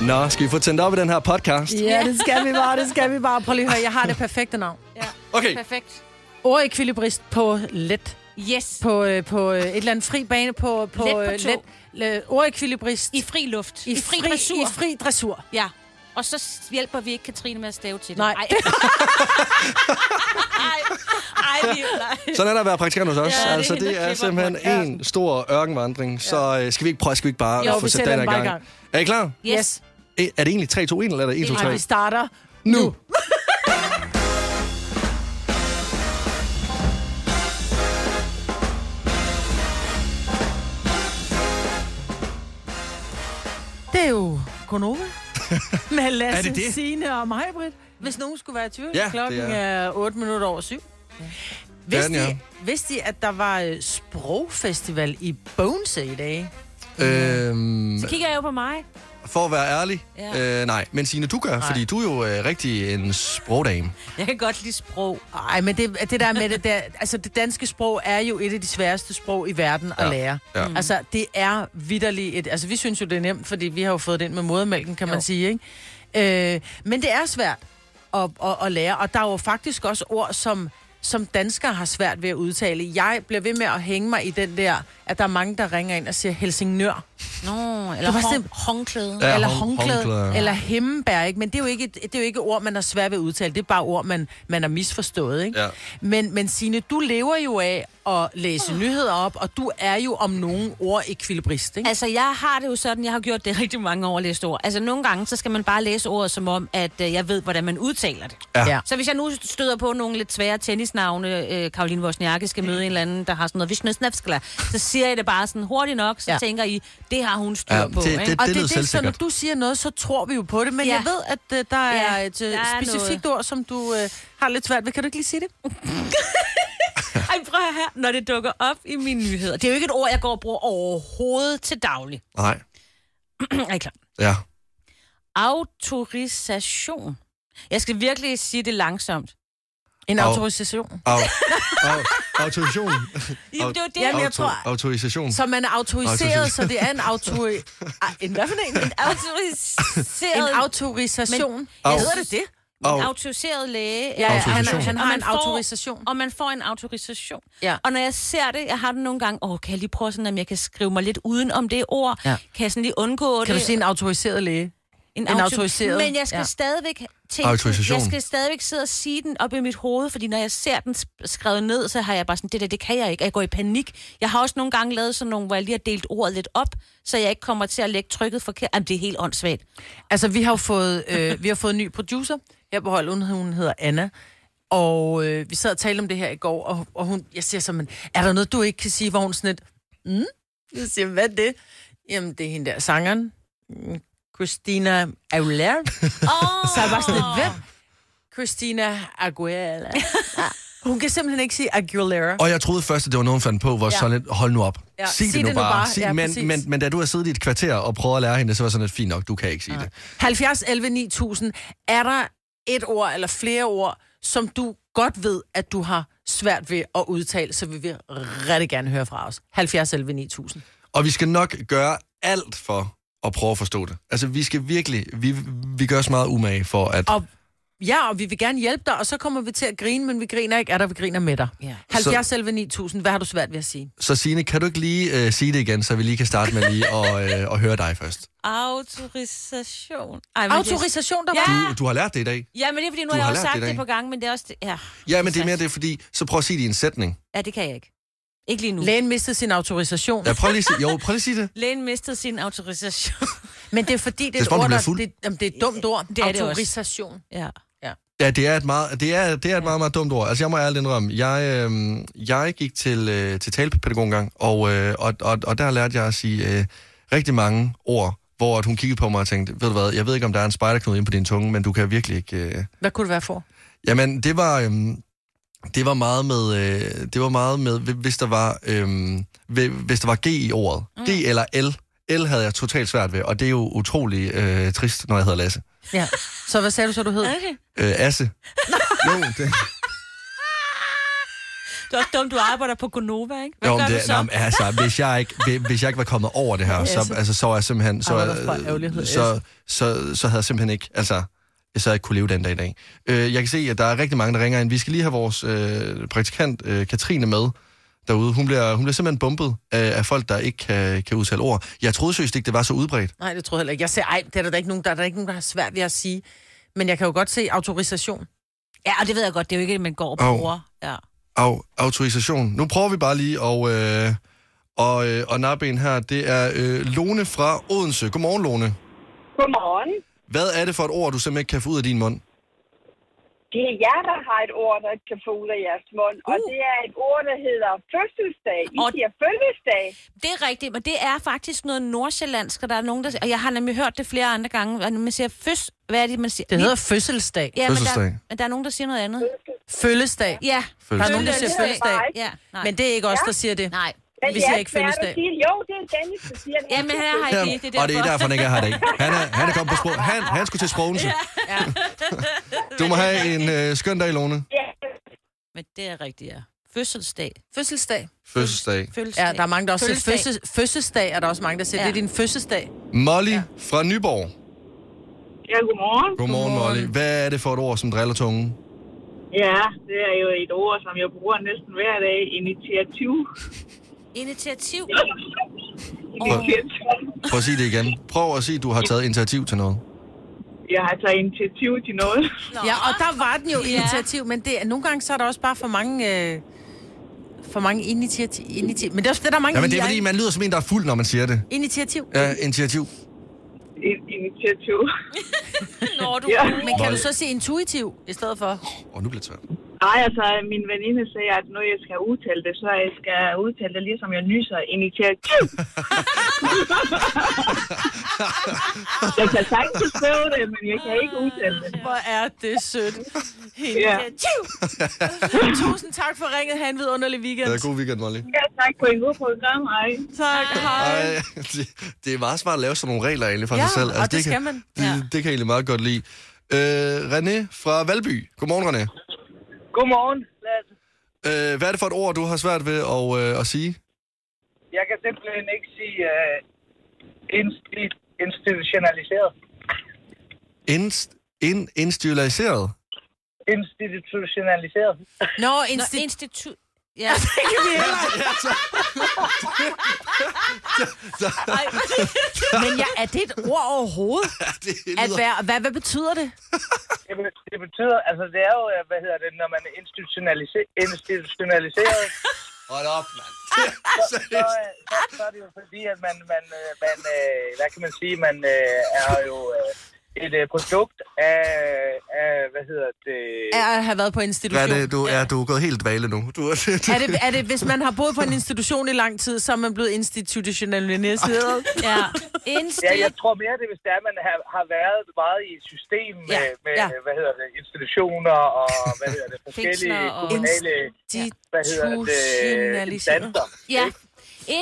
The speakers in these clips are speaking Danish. Nå, skal vi få tændt op i den her podcast? Ja, det skal vi bare, det skal vi bare. Prøv lige at høre, jeg har det perfekte navn. Okay, Perfekt. Ordekvilibrist på let. Yes. På, øh, på øh, et eller andet fri bane på, på, Let på øh, to. let. Øh, Ordekvilibrist I fri luft. I, I fri, fri dressur. I fri dressur. Ja. Og så s- hjælper vi ikke Katrine med at stave til det. Nej. Ej. Ej. Ej, vi, nej. sådan er der at være praktikant hos os. Ja, det er altså, hende, det der er klipper simpelthen podcasten. en stor ørkenvandring. Så øh, skal vi ikke prøve, skal vi ikke bare Jo, få vi sat sætter den den bare her i i gang? Er I klar? Yes. Yes. E- Er det egentlig 3, 2, 1, eller er det 1, 2, Ej, 3? vi starter. Nu! Det er jo Konoba. Med Lasse, Er det det? Signe og mig, Britt. Hvis nogen skulle være i tvivl, Ja, klokken det er 8 minutter over syv. Det Vidste, er den, ja. I, vidste I, at der var øh, sprogfestival i Bogense i dag? Øhm, Så kigger jeg jo på mig. for at være ærlig, Ja. øh, nej. Men Signe, du gør, fordi du er jo øh, rigtig en sprogdame. Jeg kan godt lide sprog. Nej, men det, det der med det der... Altså, det danske sprog er jo et af de sværeste sprog i verden at Ja, lære. ja. Altså, det er vidderligt et... Altså, vi synes jo, det er nemt, fordi vi har jo fået det ind med modermælken, kan jo. man sige, ikke? Øh, men det er svært at, at, at lære, og der er jo faktisk også ord, som som danskere har svært ved at udtale. Jeg bliver ved med at hænge mig i den der, at der er mange, der ringer ind og siger Helsingør. Nå, eller Det var hon- sim- håndklæde. Ja, eller hånd- håndklæde, håndklæde, ja. eller hemmebær, ikke? Men det er, jo ikke, det er jo ikke ord, man har svært ved at udtale. Det er bare ord, man, man har misforstået, ikke? Ja. Men, men Signe, du lever jo af at læse nyheder op, og du er jo om nogle ord ekvilibrist, ikke? Altså, jeg har det jo sådan, jeg har gjort det rigtig mange år at læse ord. Altså, nogle gange, så skal man bare læse ordet som om, at øh, jeg ved, hvordan man udtaler det. Ja. Ja. Så hvis jeg nu støder på nogle lidt svære tennisnavne, øh, Karoline Wozniacki skal møde en eller anden, der har sådan noget Vishnøsnavskala, så siger jeg det bare sådan hurtigt nok, så Ja. ja. tænker I, det har hun styr Ja, ja, på. det- ikke? det- Og det, lyder det, det er så, når selvsikkert. du siger noget, så tror vi jo på det. Men Ja. jeg ved, at uh, der er Ja, et der uh, er specifikt ord, som du uh, har lidt svært ved. Kan du ikke lige sige det? Ej, prøv her, når det dukker op i mine nyheder. Det er jo ikke et ord, jeg går og bruger overhovedet til daglig. Nej. er I klar? Ja. Autorisation. Jeg skal virkelig sige det langsomt. En Au. autorisation. Au. Au. Autorisation. Jamen, det var det, Jamen, jeg Auto- tror- Autorisation. Så man er autoriseret, så det er en autori... Ah, en hvad for en? En, au- autoriseret... en autorisation. Men, Au. Hedder det det? Au. En autoriseret læge. Ja, ja, øh, han, Autorisation. han Og har man en får- autorisation. Og man får en autorisation. Mm. Ja. Og når jeg ser det, jeg har det nogle gange, åh, kan jeg lige prøve sådan, om jeg kan skrive mig lidt uden om det ord? Ja. Kan jeg sådan lige undgå det? Kan du sige en autoriseret læge? en, en auto- autoriseret? Men jeg skal Ja. ja. stadigvæk tænke, Autorisation. jeg skal stadigvæk sidde og sige den op i mit hoved, fordi når jeg ser den sp- skrevet ned, så har jeg bare sådan, det der, det kan jeg ikke. Og Jeg går i panik. Jeg har også nogle gange lavet sådan nogle, hvor jeg lige har delt ordet lidt op, så jeg ikke kommer til at lægge trykket forkert. Jamen, det er helt åndssvagt. Altså, vi har jo fået, øh, vi har fået en ny producer her på holdet. Hun- Hun hedder Anna. Og øh, vi sad og talte om det her i går, og, og hun, jeg siger sådan, er der noget, du ikke kan sige, hvor hun sådan lidt, mm? Jeg siger, hvad er det? Jamen, det er hende der sangeren, Mm, Christina Aguilera. Oh, Så jeg var sådan lidt, hvem? Christina Aguilera. Ja. Hun kan simpelthen ikke sige Aguilera. Og jeg troede først, at det var nogen, hun fandt på, hvor ja. Ja. sådan lidt, hold nu op. Ja. Ja, Sig, det, nu bare. Sig, Ja, men, præcis. men, men da du har siddet i et kvarter og prøvet at lære hende, det, så var sådan lidt, fint nok, du kan ikke sige det. 70 11 9000, er der et ord eller flere ord, som du godt ved, at du har svært ved at udtale, så vil vi rigtig gerne høre fra os. 70 11 9000. Og vi skal nok gøre alt for at prøve at forstå det. Altså, vi skal virkelig, vi, vi gør os meget umage for at... Og ja, og vi vil gerne hjælpe dig, og så kommer vi til at grine, men vi griner ikke, er der, vi griner med dig. Ja. 70 11 9000, hvad har du svært ved at sige? Så Signe, kan du ikke lige øh, sige det igen, så vi lige kan starte med lige at øh, og høre dig først? Autorisation. Ej, men det- Autorisation, der var... Ja. Du, du har lært det i dag. Ja, men det er fordi, nu Du har jeg har også lært sagt det i det, dag. på gang, men det er også... Det, ja. Ja, men det er mere det, fordi... Så prøv at sige det i en sætning. Ja, det kan jeg ikke. Ikke lige nu. Læ- Lægen mistede sin autorisation, Ja, ja. prøv lige at sige, jo, prøv lige at sige det. Lægen mistede sin autorisation. men det er fordi, det er Det er et som om, ord, du bliver der, fuld. det, jamen, det er et dumt ord. Det er det også. autorisation. ja. Ja, det er et meget, det er, det er et meget, meget dumt ord. Altså, jeg må ærligt indrømme, jeg, øh, jeg gik til, øh, til talepædagog engang, og, øh, og, og, og der lærte jeg at sige øh, rigtig mange ord, hvor at hun kiggede på mig og tænkte, ved du hvad, jeg ved ikke, om der er en spejderknude inde på din tunge, men du kan virkelig ikke... Øh... Hvad kunne det være for? Jamen, det var, øh, det var meget med, øh, det var meget med, hvi- hvis der var, øh, hvi- hvis der var G i ordet. Mm. G eller L. L havde jeg totalt svært ved, og det er jo utrolig øh, trist, når jeg hedder Lasse. Ja. Så hvad sagde du så, du hed? Okay. Øh, Asse. jo, det... Det er også dumt, du arbejder på Gonova, ikke? Hvad Jo, men gør det, du så? nej, men altså, hvis jeg, ikke, hvi- hvis jeg ikke var kommet over det her, Ja, så, så- altså, så, er jeg simpelthen, så, Ej, hvor er der for så, ærgerlighed, så, så, så havde jeg simpelthen ikke, altså, jeg så ikke kunne leve den dag i dag. Øh, jeg kan se, at der er rigtig mange, der ringer ind. Vi skal lige have vores øh, praktikant, øh, Katrine, med derude. Hun bliver, hun bliver simpelthen bumpet af, af folk, der ikke kan, kan udtale ord. Jeg troede seriøst ikke, det var så udbredt. Nej, det tror jeg heller ikke. Jeg siger, ej, det er der da ikke nogen, der er der ikke nogen, der har svært ved at sige. Men jeg kan jo godt se autorisation. Ja, og det ved jeg godt. Det er jo ikke, at man går og Au. bruger. Ja. Au, autorisation. Nu prøver vi bare lige at, øh, og, øh, og nappe en her. Det er øh, Lone fra Odense. Godmorgen, Lone. Godmorgen. Hvad er det for et ord, du simpelthen ikke kan få ud af din mund? Det er jer, der har et ord, der kan få ud af jeres mund. Uh. Og det er et ord, der hedder fødselsdag. I Og- siger fødselsdag. Det er rigtigt, men det er faktisk noget nordsjællandsk, og der er nogen, der... Og jeg har nemlig hørt det flere andre gange, og man siger føs... Hvad er det, man siger? Det hedder fødselsdag. Ja, men Fødselsdag. der, men der er nogen, der siger noget andet. Følgesdag. Ja. Der er nogen, der siger Fødselsdag. fødselsdag. Ja, nej. Men det er ikke os, der siger det. Nej. Men Vi det er siger ikke svært at fødselsdag. sige. Jo, det er Dennis, der siger det. Jamen, her har jeg Jamen, ikke det. og det er derfor. derfor, han ikke er her i dag. Han er, han er kommet på sprog. Han, han skulle til sprognelse. Ja. Du må have en øh, skøn dag, Lone. Ja, Men det er rigtigt, ja. Fødselsdag. Fødselsdag. Fødselsdag. Fødselsdag. Ja, der er mange, der også siger Fødselsdag. fødsels, fødselsdag, er der også mange, der siger. Ja. Det er din fødselsdag. Molly fra Nyborg. ja godmorgen. Godmorgen, Godmorgen. Molly. Hvad er det for et ord, som driller tungen? Ja, det er jo et ord, som jeg bruger næsten hver dag. Initiativ. Initiativ. Initiativ. Prøv at sige det igen. Prøv at sige, at du har taget initiativ til noget. Jeg har taget initiativ til noget. Nå. Ja, og der var den jo Ja. initiativ, men det, er- nogle gange så er der også bare for mange... Øh, for mange initiativ, initiativ. Men det er også det, der er mange Jamen, det er i'er, fordi, ikke? man lyder som en, der er fuld, når man siger det. Initiativ. Ja, initiativ. Initiativ. Når du... Ja. Men kan du så sige intuitiv i stedet for? Åh, nu bliver det svært. Nej, altså, min veninde sagde, at når jeg skal udtale det, så jeg skal udtale det, ligesom jeg nyser. Initiativ. jeg kan sagtens skrive det, men jeg kan ikke udtale det. Hvor er det sødt. Ja. Initiativ. Tusind tak for ringet. Ha' en vidunderlig weekend. Ja, god weekend, Molly. Jeg tak på en god program, ej. Tak. Hej. Ej, det, det er meget smart at lave sådan nogle regler egentlig for Ja, sig selv. og det kan, skal man. Det, det kan jeg egentlig meget godt lide. Øh, René fra Valby. Godmorgen, René. Godmorgen, Lasse. Øh, hvad er det for et ord, du har svært ved at, øh, at sige? Jeg kan simpelthen ikke sige uh, insti- institutionaliseret. Inst, in, institutionaliseret? Institutionaliseret. Nå, Nå, Altså, insti- institut... Ja. men ja, er det et ord overhovedet? Det At Altså- være, hvad, hvad betyder det? Det be- Det betyder, altså det er jo, øh, hvad hedder det, når man er institutionalise- institutionaliseret, Hold op, mand. så, øh, så, så er det jo fordi, at man, man, øh, man øh, hvad kan man sige, man øh, er jo øh, et øh, produkt af, af, hvad hedder det, Er at have været på Hvad institution? er det, du er? Du er gået helt dvale nu. Du er, Er det, er det, hvis man har boet på en institution i lang tid, så er man blevet institutionaliseret? ja. Ja, Insti... jeg tror mere, det er, hvis det er, at man har, har været meget i et system med, Ja, ja, med ja. ja. hvad hedder det, institutioner og hvad hedder det, forskellige Fængsler og- kommunale hvad hedder det, øh, Institutionaliseret. instanser. Ja.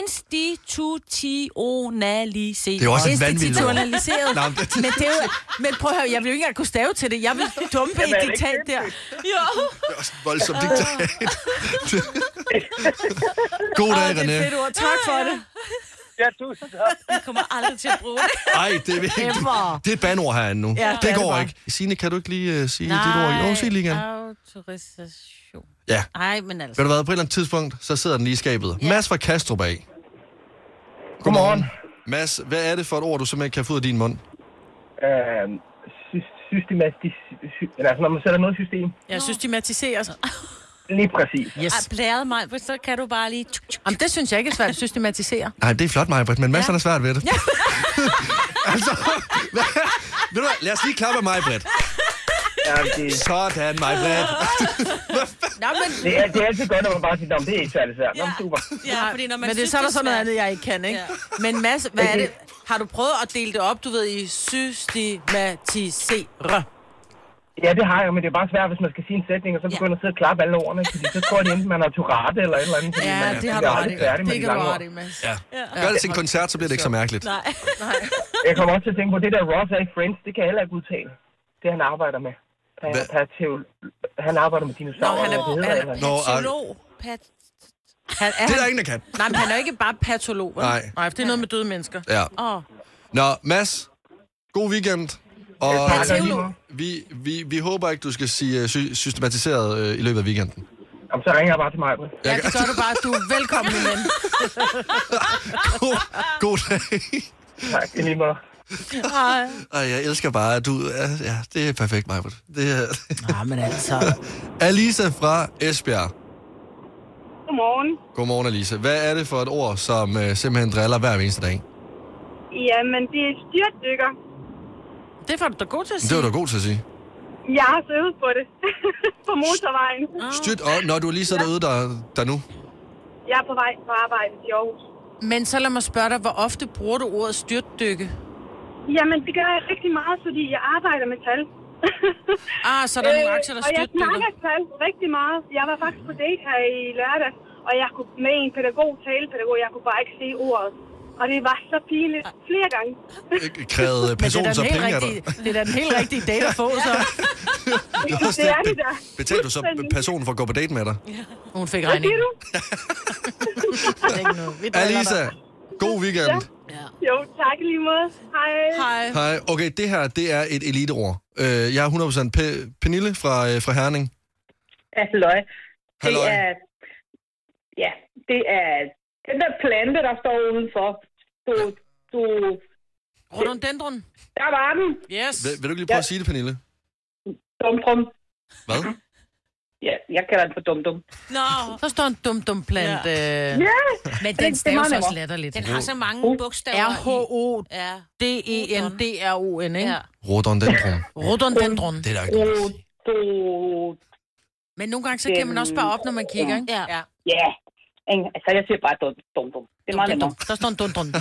Institutionaliseret. Det er jo også et vanvittigt ord. Institutionaliseret. Nå, men det- men, det er jo, men prøv at høre, jeg vil jo ikke engang kunne stave til det. Jeg vil dumpe Jamen, er det et ikke diktat der. Jo. det er også et voldsomt diktat. God Åh, dag, det er et fedt René. ord. Tak for det. Ja, tusind tak. Jeg kommer aldrig til at bruge det. Ej, det er vigtigt. Emmer. Det er et bandord herinde nu. Ja, det det er det går bare. ikke. Signe, kan du ikke lige uh, sige dit ord? Jo, sig det lige igen. autorisation. Ja. Nej, men altså. Ved du hvad, på et eller andet tidspunkt, så sidder den lige i skabet. Ja. Mads fra Kastrup af. Godmorgen. Mads, hvad er det for et ord, du simpelthen ikke kan få ud af din mund? Øh, sy- systematisk, sy- eller altså, når man sætter noget i system, Jeg systematiserer. lige præcis. Yes. Ej, blæret mig, for så kan du bare lige... tjuk, tjuk. Jamen, det synes jeg ikke er svært at systematisere. Nej, det er flot, Maja, men Mads ja. er svært ved det. Ja. altså, hvad, ved du hvad, lad os lige klappe af Maja, Ja, det, Sådan, Maja, Nå, men, det, er, det er altid godt, når man bare siger, "Nå, men det er ikke særlig svært. Nå, men super. Ja, fordi når man men det, synes, så er der sådan noget svært- andet, jeg ikke kan, ikke? Men Mads, hvad er det? Har du prøvet at dele det op, du ved, i systematisere? Ja, det har jeg, men det er bare svært, hvis man skal sige en sætning, og så begynder ja. at sidde og klappe alle ordene, fordi så tror de enten, man har Tourette eller et eller andet. fordi man Ja, er det har du aldrig ret i. færdig med Det de kan du lange ret ord. i, Mads. Ja. Gør det til en koncert, så bliver det ikke så mærkeligt. Nej. Jeg kommer også til at tænke på, det der Ross er i Friends, det kan jeg heller ikke udtale. Det han arbejder med. Per, Hvad? per teol- han arbejder med dinosaurer. Nå, han er- hvad det hedder, han er- eller- Nå, Patolog. pat... Han, er Det er der han, ingen, der kan. nej, men han er jo ikke bare patolog. vel? Nej. Nej, for det er noget med døde mennesker. Ja. Åh, oh, Nå, Mads, god weekend. Og Tak, og i lige Teolog. måde. vi, vi, vi håber ikke, du skal sige øh, sy- systematiseret øh, i løbet af weekenden. Jamen, så ringer jeg bare til mig. ja, det gør du bare. Du er velkommen, min ven. God, god dag. Tak, i lige måde. Hej. Ej, jeg elsker bare, at du... Ja, ja det er perfekt, Majbert. Det er... Nej, men altså. Alisa fra Esbjerg. Godmorgen. Godmorgen, Alisa. Hvad er det for et ord, som øh, simpelthen driller hver eneste dag? Jamen, det er styrtdykker. Det var du da god til at Det sige. var du god til at sige. Jeg har så øvet på det. på motorvejen. Styrt, og når du lige sidder derude der, der nu. Jeg er på vej på arbejde til Aarhus. Men så lad mig spørge dig, hvor ofte bruger du ordet styrtdykke? Ah, Jamen, det gør jeg rigtig meget, fordi jeg arbejder med tal. Ah, så er der øh, nogle aktier, der og jeg snakker styrtdykker. tal rigtig meget. Jeg var faktisk på date her i lørdag, og jeg kunne med en pædagog, talepædagog, jeg kunne bare ikke se ordet. Og det var så pinligt flere gange. Øh, Krævede Men det er, personen da så den helt penge af rigtige, dig. det er da den helt rigtige date at få, så. Det er også Det er det. det der. Betalte du så personen for at gå på date med dig? Hun fik Hvad siger regningen. du? Det er ikke noget. Vi driller dig. Alisa, god weekend. Jo, tak i lige måde. Hej. Hej. Hej. Okay, det her, det er et eliteord. Øh, jeg er 100% P- Pernille fra, øh, fra Herning. Ja, løg. Det Halløj. er, ja, det er den der plante, der står udenfor. Du, du, Rhododendron. der var den. Yes. Vil, vil du ikke lige prøve at sige det, Pernille? Dumdrum. Hvad? Ja, jeg kalder den for dumdum. Nå, Så står en dum, dum plant. Ja. Øh, Ja, men det er den staves meget også nemmere. latterligt. den har så mange bogstaver i. R-H-O-D-E-N-D-R-O-N, Ja. E ikke? Ja. Rodondendron. Rhododendron. Det er der ikke noget at sige. du, Men nogle gange, så kan man også bare op, når man kigger, ikke? Ja. ja. ja. ikke? Altså, jeg siger bare dum- dumdum. Det er meget Dum, dum, nemmere. dum. Der står en dundrun. Dum,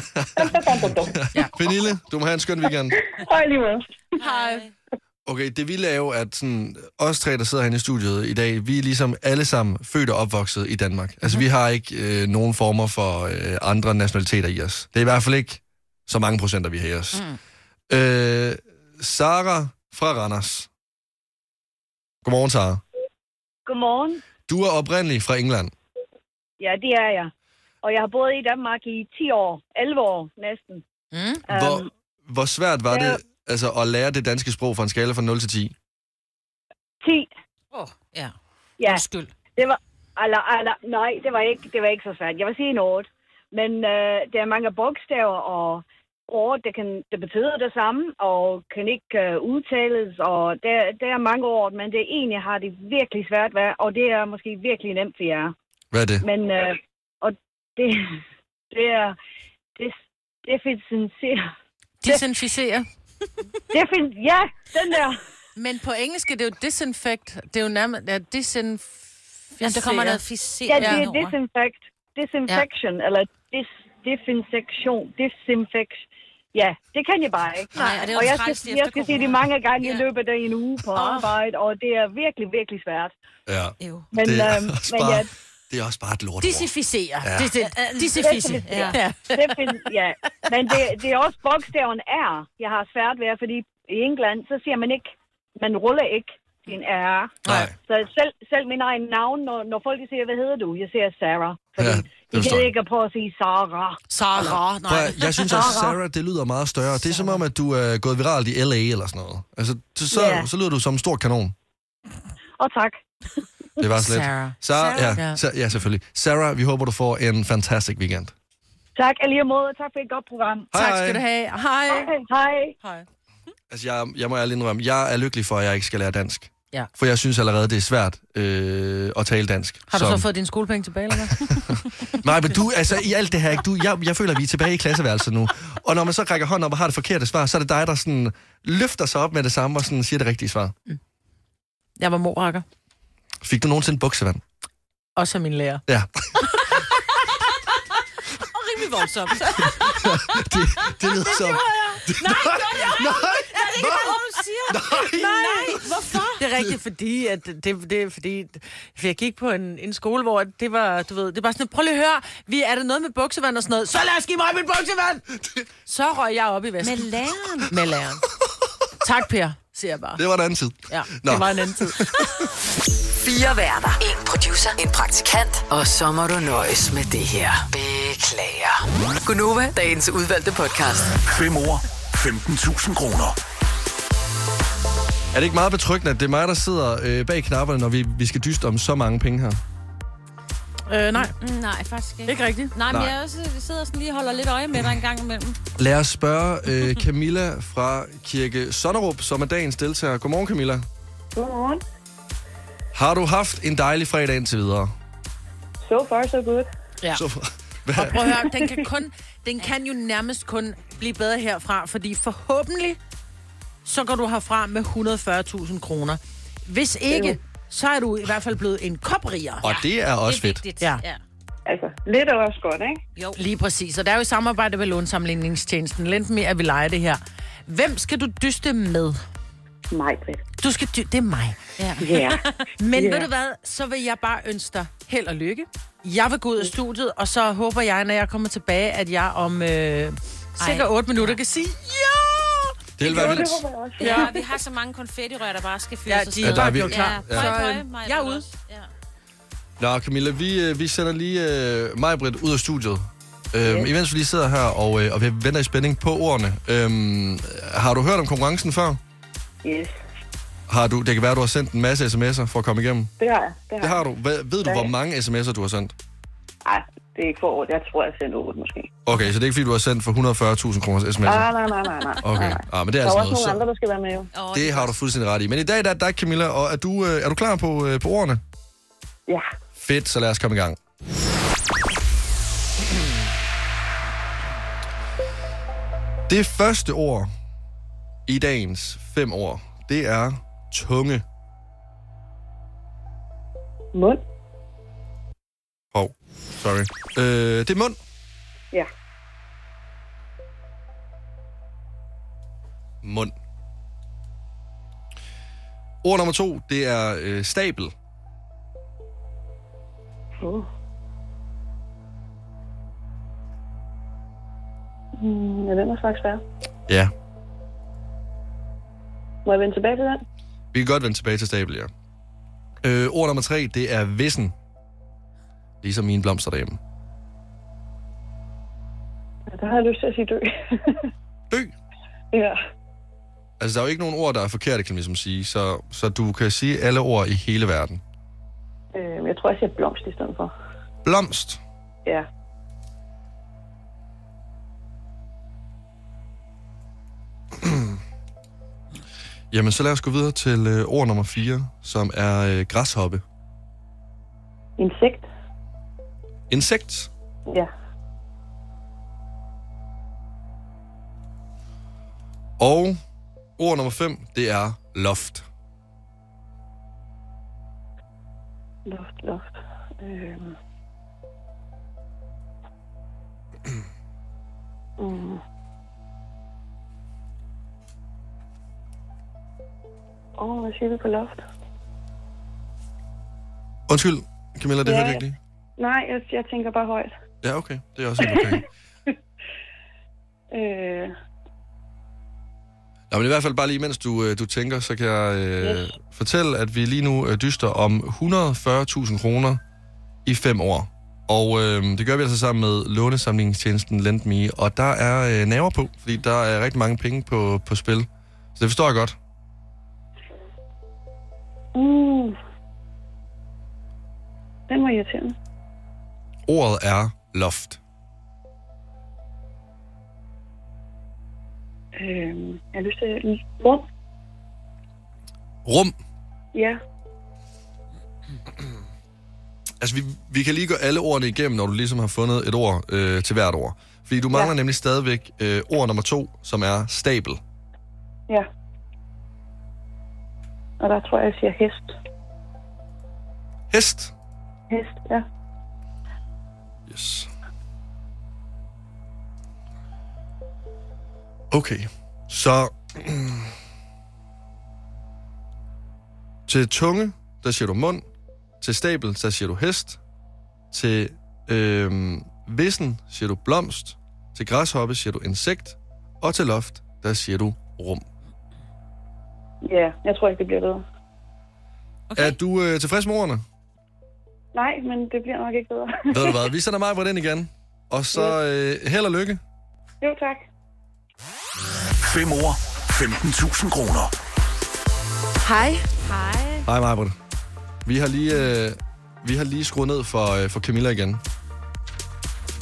dum, dum, dum, dum. Pernille, du må have en skøn weekend. Hej, lige måde. Hej. Okay, det vi laver, at sådan, os tre, der sidder herinde i studiet i dag, vi er ligesom alle sammen født og opvokset i Danmark. Altså, vi har ikke øh, nogen former for øh, andre nationaliteter i os. Det er i hvert fald ikke så mange procenter, vi har i os. Mm. Øh, Sara fra Randers. Godmorgen, Sara. Godmorgen. Du er oprindelig fra England. Ja, det er jeg. Og jeg har boet i Danmark i 10 år. 11 år næsten. Øhm, Mm. Hvor, hvor svært var ja. det altså, at lære det danske sprog fra en skala fra 0 til 10? 10. Oh, ja. Ja. Undskyld. Det var, eller, eller, nej, det var, ikke, det var ikke så svært. Jeg vil sige en 8. Men øh, der er mange bogstaver og ord, der, kan, der betyder det samme, og kan ikke øh, udtales, og der, der er mange ord, men det er egentlig har det virkelig svært ved, og det er måske virkelig nemt for jer. Hvad er det? Men, øh, og det, det er, det, det findes en se- Disinficere. det findes, ja, den der. Men på engelsk er det jo disinfect. Det er jo nærmest ja, disinficere. Jamen, der kommer noget Ja, fiseret det er over. disinfect, disinfection, ja. eller dis, disinfektion, disinfection. Ja, det kan jeg bare ikke. Nej, og det er jo og jeg træls skal, lige efter jeg skal sige det corona. mange gange ja. i Ja. løbet af en uge på Åh. arbejde, og det er virkelig, virkelig svært. Ja. Jo. Men, Det er, øhm, også men ja, bare, det er også bare et lortord. Disinficere. Ja. Disinficere. Desinficere. Ja. det find, ja. men det, det er også bogstaven R, jeg har svært ved, fordi i England, så siger man ikke, man ruller ikke sin R. Nej. Så selv, selv min egen navn, når, når folk siger, hvad hedder du? Jeg siger Sarah. Fordi Ja, ja, jeg det forstår gider jeg. ikke at prøve at sige Sarah. Sarah. Nej. Prøv, at- jeg synes, at Sarah, det lyder meget større. Det er som om, at du er gået viralt i L.A. eller sådan noget. Altså, så, så, Ja. så lyder du som en stor kanon. Og tak. Det var slet. Sarah. Sarah, Sarah, ja, ja. Sa- ja, selvfølgelig. Sarah, vi håber, du får en fantastisk weekend. Tak alligevel måde, og tak for et godt program. Tak skal du have. Hej. Hej. Hej. Altså, jeg, jeg må ærligt indrømme, jeg er lykkelig for, at jeg ikke skal lære dansk. Ja. For jeg synes allerede, det er svært øh, at tale dansk. Har du så fået dine skolepenge tilbage, eller hvad? Nej, men du, altså i alt det her, ikke? Du, jeg, jeg føler, at vi er tilbage i klasseværelset nu. Og når man så rækker hånden op og har det forkerte svar, så er det dig, der sådan løfter sig op med det samme og sådan siger det rigtige svar. Jeg var morrakker. Fik du nogensinde buksevand? Også af min lærer. Ja, Og rimelig voldsomt. det, det lyder som... Nej, nej, nej, du siger? nej, Nej, hvorfor? Det er rigtigt, fordi, at det, det er fordi, for jeg gik på en, en skole, hvor det var, du ved, det var sådan, prøv lige at høre, vi, er der noget med buksevand og sådan noget? Så lad os give mig min buksevand! Så røg jeg op i vasken. Med læreren. Med læreren. Tak, Per, siger jeg bare. Det var der anden tid. Ja, Nå. det var en anden tid. Fire værter. En producer. En praktikant. Og så må du nøjes med det her. Beklager. Gunova, dagens udvalgte podcast. 5 år, 15.000 kroner. Er det ikke meget betryggende, at det er mig, der sidder øh, bag knapperne, når vi, vi skal dyste om så mange penge her? øh, nej, Mm, Nej, faktisk ikke. ikke rigtigt. Nej, men Nej. jeg er også, jeg sidder sådan lige og holder lidt øje med dig en gang imellem. Lad os spørge øh, Camilla fra Kirke Sonderup, som er dagens deltager. Godmorgen, Camilla. Godmorgen. Har du haft en dejlig fredag indtil videre? So far, so good. Ja. Så, hvad? Og prøv at høre, den kan, kun, den kan jo nærmest kun blive bedre herfra, fordi forhåbentlig, så går du herfra med 140.000 kroner. Hvis ikke, så er du i hvert fald blevet en kop rigere. Og det er også det er fedt. vigtigt. Ja. ja. Altså, lidt er også godt, ikke? Jo. Lige præcis, og der er jo i samarbejde med lånsamlingstjenesten. Lent med, at vi leger det her. Hvem skal du dyste med? Mig, Britt. Du skal dy- det er mig. Ja. Ja. Men yeah. ved du hvad, så vil jeg bare ønske dig held og lykke. Jeg vil gå ud af studiet, og så håber jeg, når jeg kommer tilbage, at jeg om øh, cirka 8 minutter kan sige ja! Det vil være vildt. Ja. vi har så mange konfettirør, der bare skal fyldes. Ja, og de sådan er der er bare noget. vi- gjort klar. Ja. Så, Høj, høj, øh, jeg er ude. Ja. Nå, Camilla, vi, øh, vi sender lige øh, Majbrit ud af studiet. Øhm, yes. Imens vi lige sidder her og, øh, og vi venter i spænding på ordene. Øhm, har du hørt om konkurrencen før? Yes, Har du, det kan være, du har sendt en masse sms'er for at komme igennem. det har jeg. Det har du. Hvad, ved du, Ja, hvor ja. mange sms'er du har sendt? Nej, det er ikke for år. Jeg tror, jeg sendte 8 måske. Okay, så det er ikke, fordi du har sendt for 140.000 kroners Nej, sms'er? nej, nej, nej, nej. Okay, Nej. ah, men det er Der er også altså noget. nogle andre, Så, der skal være med jo. Og det har du fuldstændig ret i. Men i dag der er det dig, Camilla, og er du, øh, er du klar på, øh, på ordene? Ja. Fedt, så lad os komme i gang. Det første ord i dagens fem ord, det er tunge. Mund. Hov, sorry. Øh, det er mund. Ja. Mund. Ord nummer to, det er øh, stabel. Uh. Hmm, ja, den er faktisk svær. Ja. Må jeg vende tilbage til den? Vi kan godt vende tilbage til stabel, ja. Øh, ord nummer tre, det er vissen. Ligesom mine blomster derhjemme. Ja, der har jeg lyst til at sige dø. Dø. ja. Altså, der er jo ikke nogen ord, der er forkerte, kan man ligesom sige. Så, så du kan sige alle ord i hele verden. Øh, jeg tror, jeg siger blomst i stedet for. Blomst. Ja. Jamen, så lad os gå videre til øh, ord nummer 4, som er øh, græshoppe. Insekt. Insekt. Ja. Og ord nummer 5, det er loft. Loft, loft. Øhm. Mm. Åh, oh, hvad siger vi på loft? Undskyld, Camilla, det Ja, hørte jeg ja. ikke lige. Nej, jeg, jeg tænker bare højt. Ja, okay. Det er også helt okay. Øh, Nå, men i hvert fald bare lige, mens du, øh, du tænker, så kan jeg øh, fortælle, at vi lige nu øh, dyster om 140.000 kroner i fem år. Og øh, det gør vi altså sammen med lånesamlingstjenesten LendMe, og der er øh, naver på, fordi der er rigtig mange penge på, på spil. Så det forstår jeg godt. mm. Den var irriterende. Ordet er loft. Øh, jeg har lyst til rum. Rum. Ja. Altså, vi, vi kan lige gå alle ordene igennem, når du ligesom har fundet et ord øh, til hvert ord. Fordi du mangler ja. nemlig stadigvæk øh, ord nummer to, som er stabel. Ja. Og der tror jeg, jeg siger hest. Hest. Hest, ja. Yes. Okay, så... til tunge, der siger du mund. Til stabel, der siger du hest. Til øhm, vissen siger du blomst. Til græshoppe siger du insekt. Og til loft, der siger du rum. Ja, jeg tror ikke, det bliver bedre. Okay. Er du øh, tilfreds med ordene? Nej, men det bliver nok ikke bedre. Ved du hvad, vi sender mig på den igen. Og så øh, held og lykke. jo, tak. 5 år, 15.000 kroner. Hej. Hej. Hej Majbert. Vi har lige, øh, vi har lige skruet ned for, øh, for Camilla igen.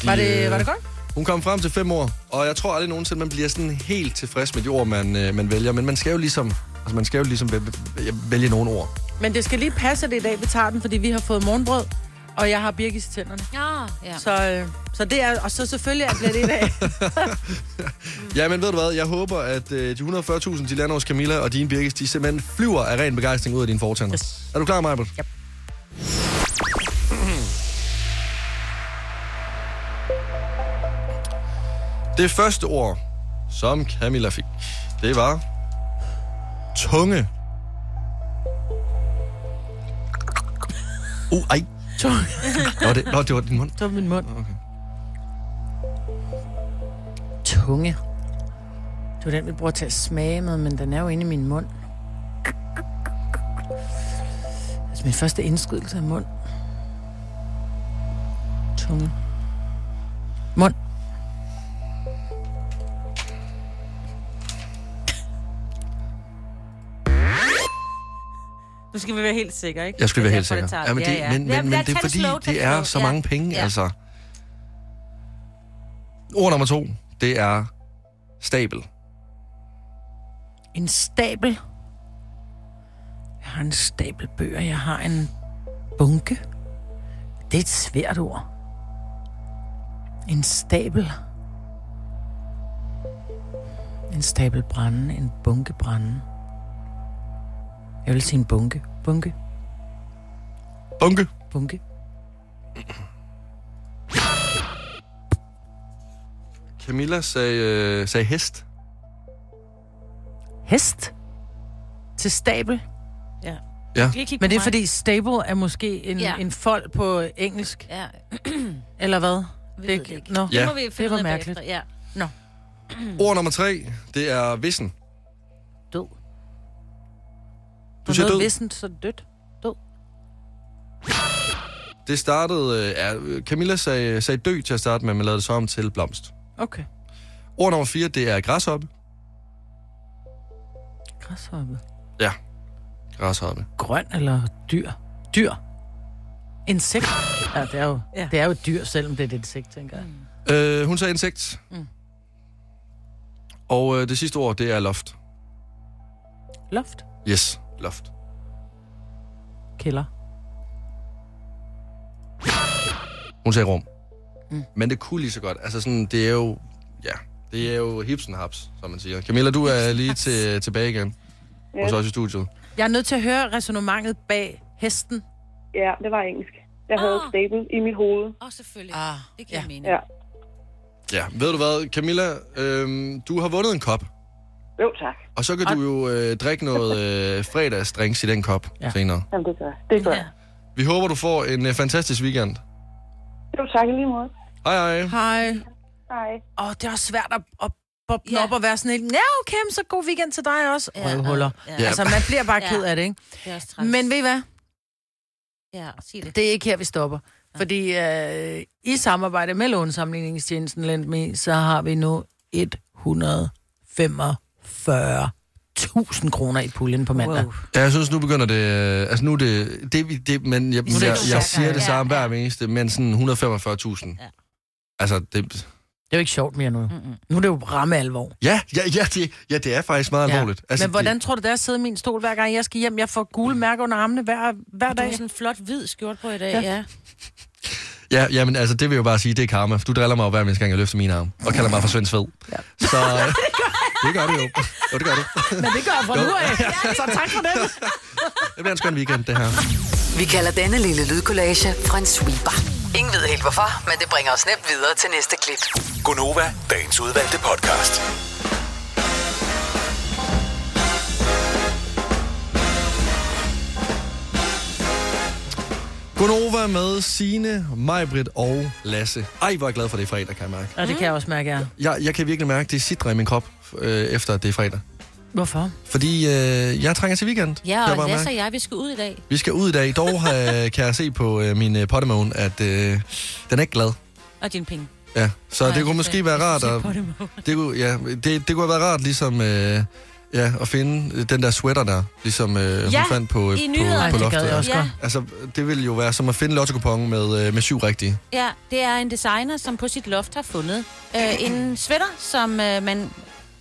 De, Var det, øh, var det godt? Hun kom frem til fem år, og jeg tror aldrig nogensinde, man bliver sådan helt tilfreds med de ord, man, øh, man vælger. Men man skal jo ligesom, altså man skal jo ligesom væ- væ- vælge nogle ord. Men det skal lige passe, at det er i dag, vi tager den, fordi vi har fået morgenbrød, og jeg har birkis i tænderne. Ja, ja. Så, øh, så det er, og så selvfølgelig er det i dag. Mm. Ja, men ved du hvad, jeg håber, at øh, de 140.000, de lander hos Camilla og dine Birkes, de simpelthen flyver af ren begejstring ud af dine fortænder. Yes. Er du klar, Majbert? Yep. Det første ord, som Camilla fik, det var tunge. Uh, ej. Tung. Nå, det, nå, det var din mund. Det var min mund. Okay. Tunge. Det er den, vi bruger til at smage med, men den er jo inde i min mund. Altså min første indskydelse af mund. Tunge. Mund. Nu skal vi være helt sikre, ikke? Jeg skulle være helt Derfor, sikker. det tager- Ja, men det, Men, men, men lad- det tag er fordi, slow, tag det er slow. så Ja. mange penge, Ja. altså. Ord nummer to, det er stabel. En stabel. Jeg har en stabel bøger. Jeg har en bunke. Det er et svært ord. En stabel. En stabel brænde. En bunke brænde. Jeg vil sige en bunke. Bunke. Bunke. Bunke. Camilla sagde, øh, sagde hest. Hest. Til stabel. Ja. Skal vi kigge Men på det er mig? fordi stable er måske en, Ja. ja. en fold på engelsk. Ja, Eller hvad? vi Det- ved det ikke. Nå. Det Ja. må vi finde var ud af mærkeligt. bagefter, Ja. Mm. Ord nummer tre, det er vissen. Død. Du siger noget død. Vissent, så dødt. Det startede... Øh, ja, øh, Camilla sagde, sagde dø til at starte med, men lavede det så om til blomst. Okay. Ord nummer fire, det er græshoppe. Græshoppe. Græshoppe. Grøn eller dyr? Dyr. Insekt. Ja, det er jo, Ja. ja. det er jo et dyr, selvom det er et insekt, tænker jeg. Øh, hun sagde insekt. Mm. Mm. Og øh, det sidste ord, det er loft. Loft. Yes, loft. Kælder. Hun sagde rum. Mm. Mm. Men det kunne lige så godt. Altså sådan, det er jo... Ja, det er jo hipsen haps, som man siger. Camilla, du er lige til, tilbage igen. Yes. Og så også i studiet. Jeg er nødt til at høre resonemanget bag hesten. Ja, det var engelsk. Jeg havde Ah. oh. stable i mit hoved. Åh, selvfølgelig. Ah, Det giver ja. mening. Ja. Ja, ved du hvad, Camilla, øhm, du har vundet en kop. Jo, tak. Og så kan du jo øh, drikke noget øh, fredagsdrinks i den kop ja. Ja. senere. Jamen, det gør jeg. Det gør Ja. jeg. Vi håber, du får en øh, fantastisk weekend. Jo, tak i lige måde. Hej hej. Hej. Hej. Åh, oh, det er også svært at, at boppe Ja. ja. op og være sådan helt, ja, okay, men så god weekend til dig også. Ja, Ja, Røvhuller. ja. Ja, Ja. ja. Altså, man bliver bare Ja. ked af det, ikke? Det er også træls. Men ved I hvad? Ja, sig det. Det er ikke her, vi stopper. Fordi øh, i samarbejde med lånesamligningstjenesten LendMe, så har vi nu 145.000 kroner i puljen på mandag. Wow. Ja, jeg synes, nu begynder det... øh, Altså nu er det... det, det men jeg, jeg, siger jeg, du jeg hver siger gang. det samme Ja, hver ja. eneste, men sådan 145.000. Ja. Altså, det, Det er jo ikke sjovt mere nu. Mm-mm. Nu er det jo ramme alvor. Ja, ja, ja, det, ja, det er faktisk meget ja. alvorligt. Altså, Men hvordan Det, tror du, det Mm. er at sidde i min stol, hver gang jeg skal hjem? Jeg får gule mærker under armene hver, hver Du har dag. sådan en flot hvid skjort på i dag, ja. Ja. ja. ja, ja, men altså, det vil jeg jo bare sige, det er karma. For du driller mig jo hver eneste gang, jeg løfter min arm. Og kalder mig for Svend Sved. Ja. Så det gør du jo. Jo, det gør du. Men det gør jeg fra nu af. Så tak for det. Det bliver en skøn weekend, det her. Vi kalder denne lille lydkollage en sweeper. Ingen ved helt hvorfor, men det bringer os nemt videre til næste klip. Gonova, dagens udvalgte podcast. Gunova med Sine, Majbrit og Lasse. Ej, hvor er jeg glad for, det er fredag, kan jeg mærke. Og det kan jeg også mærke, jeg er. Jeg, jeg kan virkelig mærke, det sidder i min krop, øh, efter at det er fredag. Hvorfor? Fordi øh, jeg trænger til weekend. kan Ja, jeg og bare Lasse mærke. og jeg, vi skal ud i dag. Vi skal ud i dag. Dog øh, kan jeg se på øh, min øh, pottemåne, at øh, den er ikke glad. Og dine penge. Ja, så Nej, det kunne det- måske være rart at... Det kunne, ja, det, det kunne have været rart ligesom... Øh, ja, at finde øh, den der sweater der, ligesom øh, Ja, hun fandt på, øh, i på, nyhederne. Ej, på det loftet. gad jeg også Ja. godt. Altså, det ville jo være som at finde lotto med, øh, med syv rigtige. Ja, det er en designer, som på sit loft har fundet øh, en sweater, som øh, man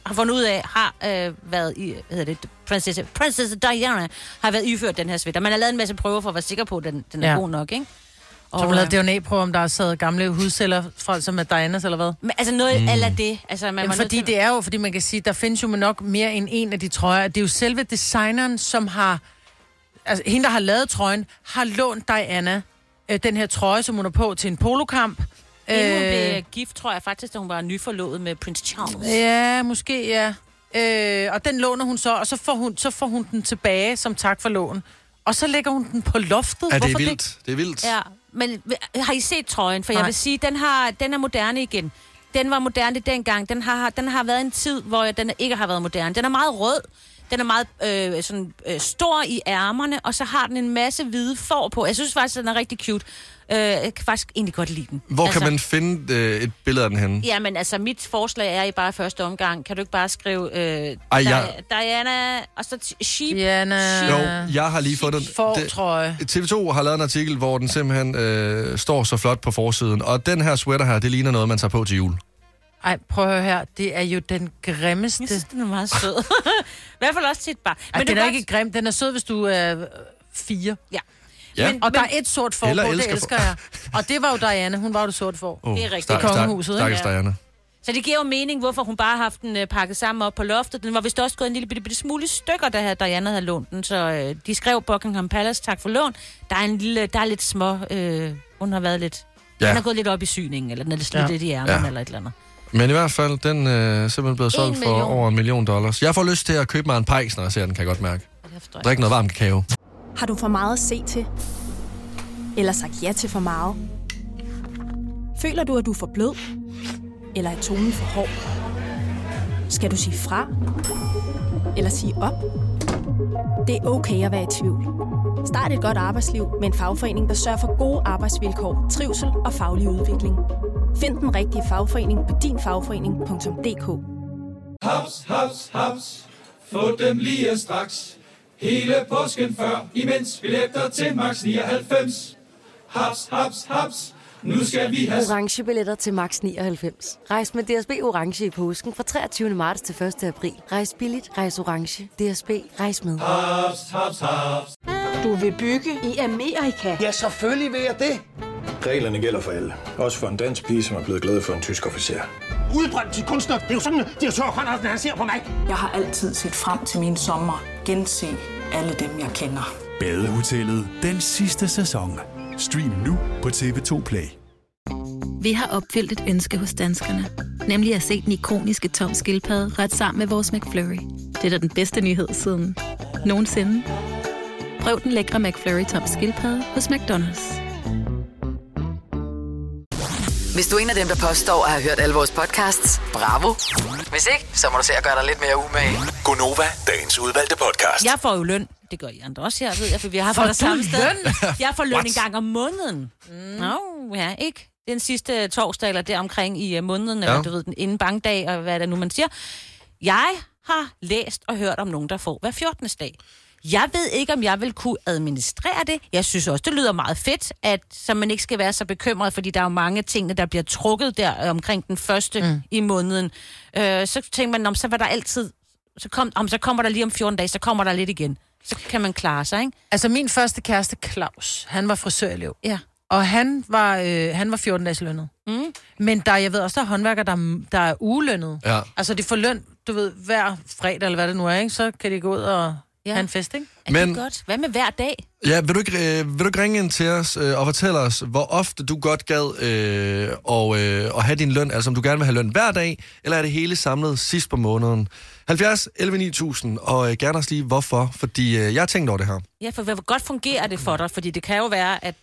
har fundet ud af, har øh, været i, hvad hedder det, prinsesse, prinsesse Diana har været iført den her sweater. Man har lavet en masse prøver for at være sikker på, at den, den er Ja. ja. god nok, ikke? øh, Så man lavede DNA-prøve, om der er sad gamle hudceller fra, som er Dianas, eller hvad? Men, altså noget mm. eller det. Altså, man Jamen, var nødt fordi til- det er jo, fordi man kan sige, der findes jo nok mere end en af de trøjer. Det er jo selve designeren, som har... Altså, hende, der har lavet trøjen, har lånt Diana øh, den her trøje, som hun er på, til en polokamp. Øh, Inden hun blev gift, tror jeg faktisk, at hun var nyforlovet med prins Charles. Ja, måske, ja. Øh, og den låner hun så, og så får hun, så får hun den tilbage som tak for lån. Og så lægger hun den på loftet. Ja, det er Hvorfor vildt. Det er vildt. Ja, men har I set trøjen? For Nej. Nej. jeg vil sige, den, har, den er moderne igen. Den var moderne dengang. Den har, den har været en tid, hvor den ikke har været moderne. Den er meget rød. Den er meget øh, sådan, øh, stor i ærmerne, og så har den en masse hvide får på. Jeg synes faktisk, den er rigtig cute. Øh, jeg kan faktisk egentlig godt lide den. Hvor altså, kan man finde øh, et billede af den henne? Jamen altså, mit forslag er i bare første omgang. Kan du ikke bare skrive øh, Ej, Di- jeg- Diana, og så t- sheep? Diana. sheep. Jo, jeg har lige fundet... Får, tror jeg. TV2 har lavet en artikel, hvor den simpelthen øh, står så flot på forsiden. Og den her sweater her, det ligner noget, man tager på til jul. Ej, prøv at høre her. Det er jo den grimmeste. Jeg synes, den er meget sød. I hvert fald også til et bar. Men du den er kan ikke grim. Den er sød, hvis du er øh, fire. Ja. Ja. Men, og der er et sort for, Eller det elsker elsker jeg. Og det var jo Diana, hun var jo det sort for. Åh, Det er rigtigt. stak- Det er kongehuset, stak- ikke? stakkels Diana. Så det giver jo mening, hvorfor hun bare har haft den øh, pakket sammen op på loftet. Den var vist også gået en lille bitte, bitte smule i stykker, da her Diana havde lånt den. Så øh, de skrev Buckingham Palace, tak for lån. Der er, en lille, der er lidt små... Øh, hun har været lidt... Ja. Ja. Den er gået lidt op i syningen, eller den er lidt slidt Ja. lidt i ærmen, Ja. ja. eller et eller andet. Men i hvert fald, den øh, er simpelthen blevet En solgt for million. over en million dollars. Jeg får lyst til at købe mig en pejs, når jeg ser den, kan jeg godt mærke. Drik noget varm kakao. Har du for meget at se til? Eller sagt ja til for meget? Føler du, at du er for blød? Eller er tonen for hård? Skal du sige fra? Eller sige op? Det er okay at være i tvivl. Start et godt arbejdsliv med en fagforening, der sørger for gode arbejdsvilkår, trivsel og faglig udvikling. Find den rigtige fagforening på dinfagforening.dk Haps, haps, haps. Få dem lige straks. Hele påsken før, imens billetter til max 99. Haps, haps, haps. Nu skal vi have... orange billetter til max 99. Rejs med DSB orange i påsken fra 23. marts til 1. april. Rejs billigt, rejs orange. DSB rejs med. Haps, haps, haps. Du vil bygge i Amerika? Ja, selvfølgelig vil jeg det. Reglerne gælder for alle. Også for en dansk pige, som er blevet glad for en tysk officer. Udbrøndt til kunstner. Det er jo sådan, at de har tørt, han ser på mig. Jeg har altid set frem til min sommer. Gense alle dem, jeg kender. Badehotellet den sidste sæson. Stream nu på TV2 Play. Vi har opfyldt et ønske hos danskerne. Nemlig at se den ikoniske tom skildpadde ret sammen med vores McFlurry. Det er da den bedste nyhed siden nogensinde. Prøv den lækre McFlurry tom skildpadde hos McDonald's. Hvis du er en af dem, der påstår at have hørt alle vores podcasts, bravo. Hvis ikke, så må du se at gøre dig lidt mere umage. Gonova, dagens udvalgte podcast. Jeg får jo løn. Det gør I andre også her, ved jeg, for vi har Får fået det du samme sted. løn? Jeg får løn What? en gang om måneden. Mm. Nå, ja, ikke? Den sidste øh, torsdag, eller der omkring i øh, måneden, Ja. eller du ved, den inden bankdag, og hvad det nu, man siger. Jeg har læst og hørt om nogen, der får hver 14. dag. Jeg ved ikke, om jeg vil kunne administrere det. Jeg synes også, det lyder meget fedt, at så man ikke skal være så bekymret, fordi der er jo mange ting, der bliver trukket der øh, omkring den første Mm. mm. i måneden. Øh, så tænker man, om så var der altid... Så, kom, om, så kommer der lige om 14 dage, så kommer der lidt igen. Så kan man klare sig, ikke? Altså, min første kæreste, Claus, han var frisørelev. Ja. Og han var, øh, han var 14 dages lønnet. Mm. Men der, jeg ved også, der er håndværkere, der, er- der er ulønnet. Ja. Altså, de får løn, du ved, hver fredag, eller hvad det nu er, ikke? Så kan de gå ud og ja. have en fest, ikke? Er det Men- godt? Hvad med hver dag? Ja, vil du ikke, øh, vil du ikke ringe ind til os øh, og fortælle os, hvor ofte du godt gad øh, og, øh, at have din løn, altså om du gerne vil have løn hver dag, eller er det hele samlet sidst på måneden? 70 11 9000, og øh, gerne også lige hvorfor, fordi øh, jeg har tænkt over det her. Ja, for hvad- hvor godt fungerer det for dig? Fordi det kan jo være, at...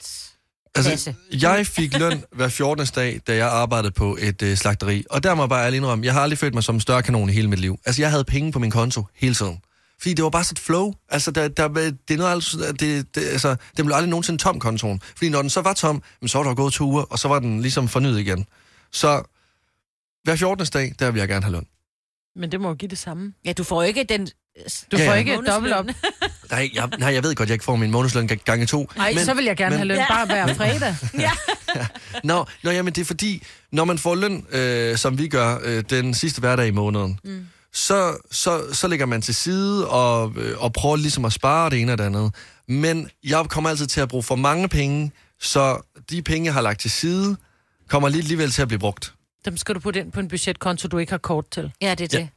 Altså, jeg fik løn hver 14. dag, da jeg arbejdede på et øh, slagteri. Og der må jeg bare ærligt indrømme, jeg har aldrig følt mig som en større kanon i hele mit liv. Altså, jeg havde penge på min konto hele tiden. Fordi det var bare sådan et flow. Altså, der, der, det er noget, altså, det, det, altså, den blev aldrig nogensinde tom, kontoen. Fordi når den så var tom, jamen, så var der gået to uger, og så var den ligesom fornyet igen. Så hver 14. dag, der vil jeg gerne have løn. Men det må jo give det samme. Ja, du får ikke den... øh, Du Ja, får ja. ikke et dobbelt op. Nej, jeg, nej, jeg ved godt, jeg ikke får min månedsløn ga- gange to. Nej, så vil jeg gerne have løn bare hver fredag. Nå, nå, jamen det er fordi, når man får løn, øh, som vi gør, øh, den sidste hverdag i måneden, mm. så, så, så lægger man til side og, øh, og prøver ligesom at spare det ene og det andet. Men jeg kommer altid til at bruge for mange penge, så de penge, jeg har lagt til side, kommer lige alligevel til at blive brugt. Dem skal du putte ind på en budgetkonto, du ikke har kort til. Ja, det er det.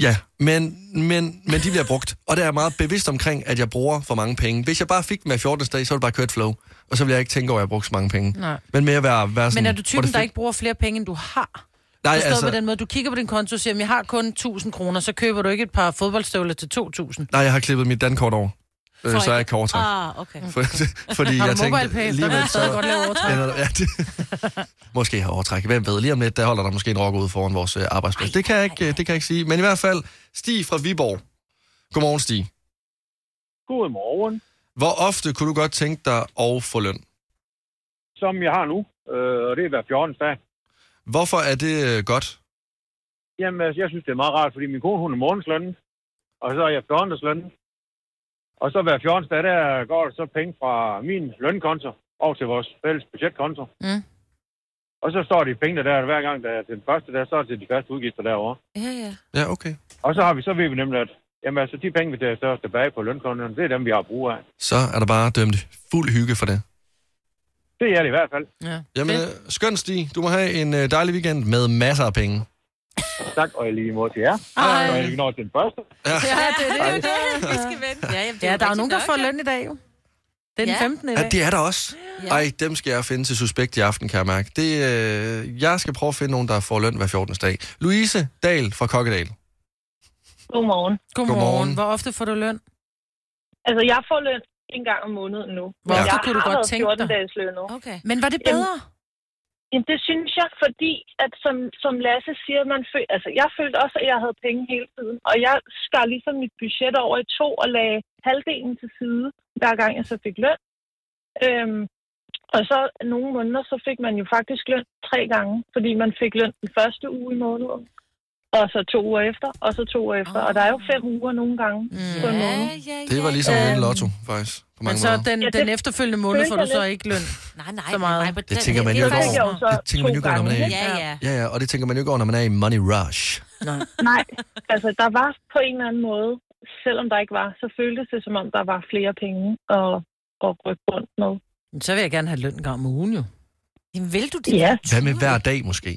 Ja, men, men, men de bliver brugt. Og der er jeg meget bevidst omkring, at jeg bruger for mange penge. Hvis jeg bare fik dem hver 14. dag, så ville det bare køre et flow. Og så ville jeg ikke tænke over, at jeg brugte så mange penge. Nej. Men mere være, være sådan... Men er du hvor typen, det der fedt. ikke bruger flere penge, end du har? Nej, Forstået altså- på den måde, du kigger på din konto og siger, at jeg har kun 1000 kroner, så køber du ikke et par fodboldstøvler til 2000. Nej, jeg har klippet mit dankort over. For Øh, så er jeg ikke- kort Ah, okay. For, fordi Har du jeg tænkte, MobilePay? Der lige kan med, du stadig godt lave overtræk. ja, det, måske har overtræk. Hvem ved, lige om lidt, der holder der måske en rock ude foran vores øh, arbejdsplads. Det kan, jeg ikke, øh, det kan jeg ikke sige. Men i hvert fald, Stig fra Viborg. Godmorgen, Stig. Godmorgen. Hvor ofte kunne du godt tænke dig at få løn? Som jeg har nu, øh, og det er hver 14. dag. Hvorfor er det øh, godt? Jamen, altså, jeg synes, det er meget rart, fordi min kone, hun er morgenslønnen, og så er jeg 14. lønnen. Og så hver 14. dag, der går der så penge fra min lønkonto over til vores fælles budgetkonto. Mm. Og så står de pengene der, hver gang der er til den første dag, så er det til de faste udgifter derovre. Ja, ja. Ja, okay. Og så har vi, så ved vi nemlig, at jamen, altså, de penge, vi der står tilbage på lønkontoen, det er dem, vi har brug af. Så er der bare dømt fuld hygge for det. Det er det i hvert fald. Ja. Jamen, øh, skøn Stig. Du må have en øh, dejlig weekend med masser af penge. Tak, og i lige måde til jer. Hej. Og jeg når til den første. Ja, det er jo det. Vi skal vente. Ja, jamen, det ja jo der er jo rigtigt nogen, der nok, får løn i dag jo. Det er den Ja. 15. i dag. Ja, det er der også. Ja. Ej, dem skal jeg finde til suspekt i aften, kan jeg mærke. Det, øh, jeg skal prøve at finde nogen, der får løn hver 14. dag. Louise Dahl fra Kokkedal. Godmorgen. Godmorgen. Godmorgen. Hvor ofte får du løn? Altså, jeg får løn en gang om måneden nu. Hvor jeg ofte kunne du har godt været tænke 14 dig? dages løn nu. Okay. Men var det bedre? Jamen, jamen, det synes jeg, fordi at som, som Lasse siger, man føl, altså, jeg følte også, at jeg havde penge hele tiden. Og jeg skar ligesom mit budget over i to og lagde halvdelen til side, hver gang jeg så fik løn. Øhm, og så nogle måneder, så fik man jo faktisk løn tre gange, fordi man fik løn den første uge i måneden, og så to uger efter, og så to uger efter. Oh. Og der er jo fem uger nogle gange mm. på en måned. Det var ligesom ja. en lotto, faktisk. På mange Men så måder. Altså, den, Ja, den det efterfølgende måned føles får du jeg så lidt. ikke løn. Nej, nej. Så meget. Det tænker man jo ikke faktisk over. jo så Det tænker man jo to ikke over, når man er i. gange, ikke? Ja, ja, ja, og det tænker man jo ikke over, når man er i money rush. Nej, altså der var på en eller anden måde, selvom der ikke var, så føltes det som om, der var flere penge at, at rykke rundt med. Men Så vil jeg gerne have løn en gang om ugen jo. Jamen, vil du Ja. Hvad med hver dag måske?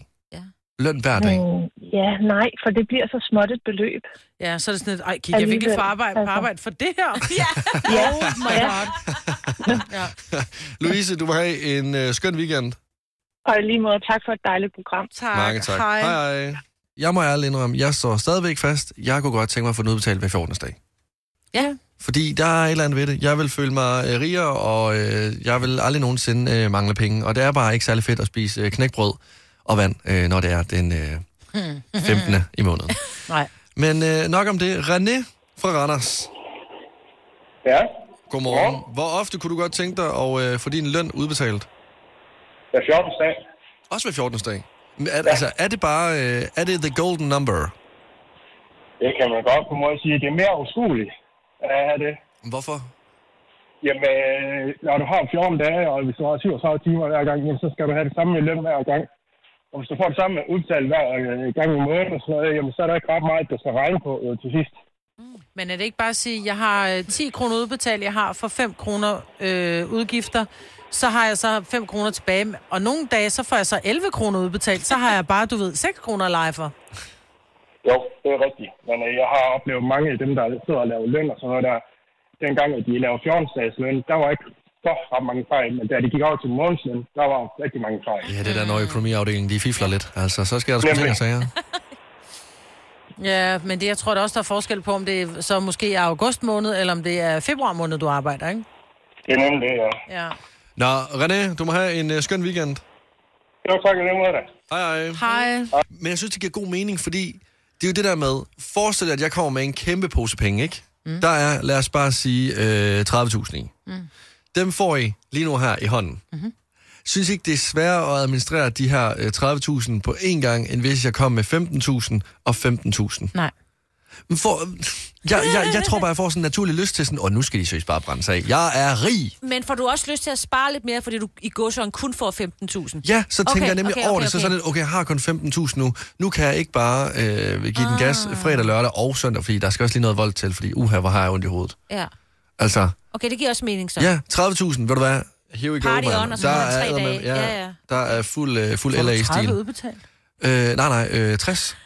Løn hver dag. Mm, ja, nej, for det bliver så småt et beløb. Ja, så er det sådan et, ej, gik jeg virkelig Alligevel, for arbejde, på altså. arbejde for det her? Ja. Ja. Oh my Ja. god. Louise, du må have en øh, skøn weekend. Og i lige måde, tak for et dejligt program. Tak. Mange tak. Hej. hej. Jeg må ærligt indrømme, jeg står stadigvæk fast. Jeg kunne godt tænke mig at få den udbetalt hver 14. dag. Ja. Fordi der er et eller andet ved det. Jeg vil føle mig øh, rigere, og øh, jeg vil aldrig nogensinde øh, mangle penge. Og det er bare ikke særlig fedt at spise øh, knækbrød og vand, øh, når det er den øh, 15. i måneden. Nej. Men øh, nok om det. René fra Randers. Ja. Godmorgen. Ja. Hvor ofte kunne du godt tænke dig at øh, få din løn udbetalt? Hver 14. dag. Også hver 14. dag? Men Er, ja. Altså, er det bare... Øh, er det the golden number? Det kan man godt på en måde sige. Det er mere uskueligt at have det. Hvorfor? Jamen, øh, når du har 14 dage, og hvis du har 37 timer hver gang, jamen, så skal du have det samme i løn hver gang. Og hvis du får det samme udtalt hver øh, gang i måneden, og sådan noget, jamen, så er der ikke ret meget, der skal regne på øh, til sidst. Mm. Men er det ikke bare at sige, jeg har øh, 10 kroner udbetalt, jeg har for 5 kroner øh, udgifter, så har jeg så 5 kroner tilbage, og nogle dage, så får jeg så 11 kroner udbetalt, så har jeg bare, du ved, 6 kroner at lege for. Jo, det er rigtigt. Men øh, jeg har oplevet mange af dem, der sidder og laver løn og sådan noget der. Dengang, at de lavede 14 løn, der var ikke så ret mange fejl, men da de gik over til månedsløn, der var rigtig mange fejl. Ja, det der når økonomiafdelingen, de fifler lidt. Altså, så skal der sgu ting og sager. Ja, men det, jeg tror da også, der er forskel på, om det er så måske er august måned, eller om det er februar måned, du arbejder, ikke? Det er nemlig det, ja. Ja. Nå, René, du må have en øh, skøn weekend. Jo, tak. Jeg måde da. Hej, hej. Hej. Men jeg synes, det giver god mening, fordi det er jo det der med, forestil dig, at jeg kommer med en kæmpe pose penge, ikke? Mm. Der er, lad os bare sige, øh, 30.000 i. Mm. Mhm. Dem får I lige nu her i hånden. Mm-hmm. Synes I ikke, det er sværere at administrere de her øh, 30.000 på én gang, end hvis jeg kom med 15.000 og 15.000? Nej. Men For, jeg, jeg, jeg tror bare, jeg får sådan en naturlig lyst til sådan, og nu skal de søges bare brænde sig af. Jeg er rig. Men får du også lyst til at spare lidt mere, fordi du i godsøjen kun får 15.000? Ja, så tænker okay, jeg nemlig okay, over det. Så sådan lidt, okay, jeg har kun 15.000 nu. Nu kan jeg ikke bare øh, give ah. den gas fredag, lørdag og søndag, fordi der skal også lige noget vold til, fordi uha, hvor har jeg ondt i hovedet. Ja. Altså, Okay, det giver også mening så. ja, 30.000, ved du hvad? Here we go, Party mand. on, og så der, er der tre er eddermame- dage. ja, Ja, ja. der er fuld, øh, fuld Får du LA-stil. 30 udbetalt? Øh, nej, nej, øh, 60.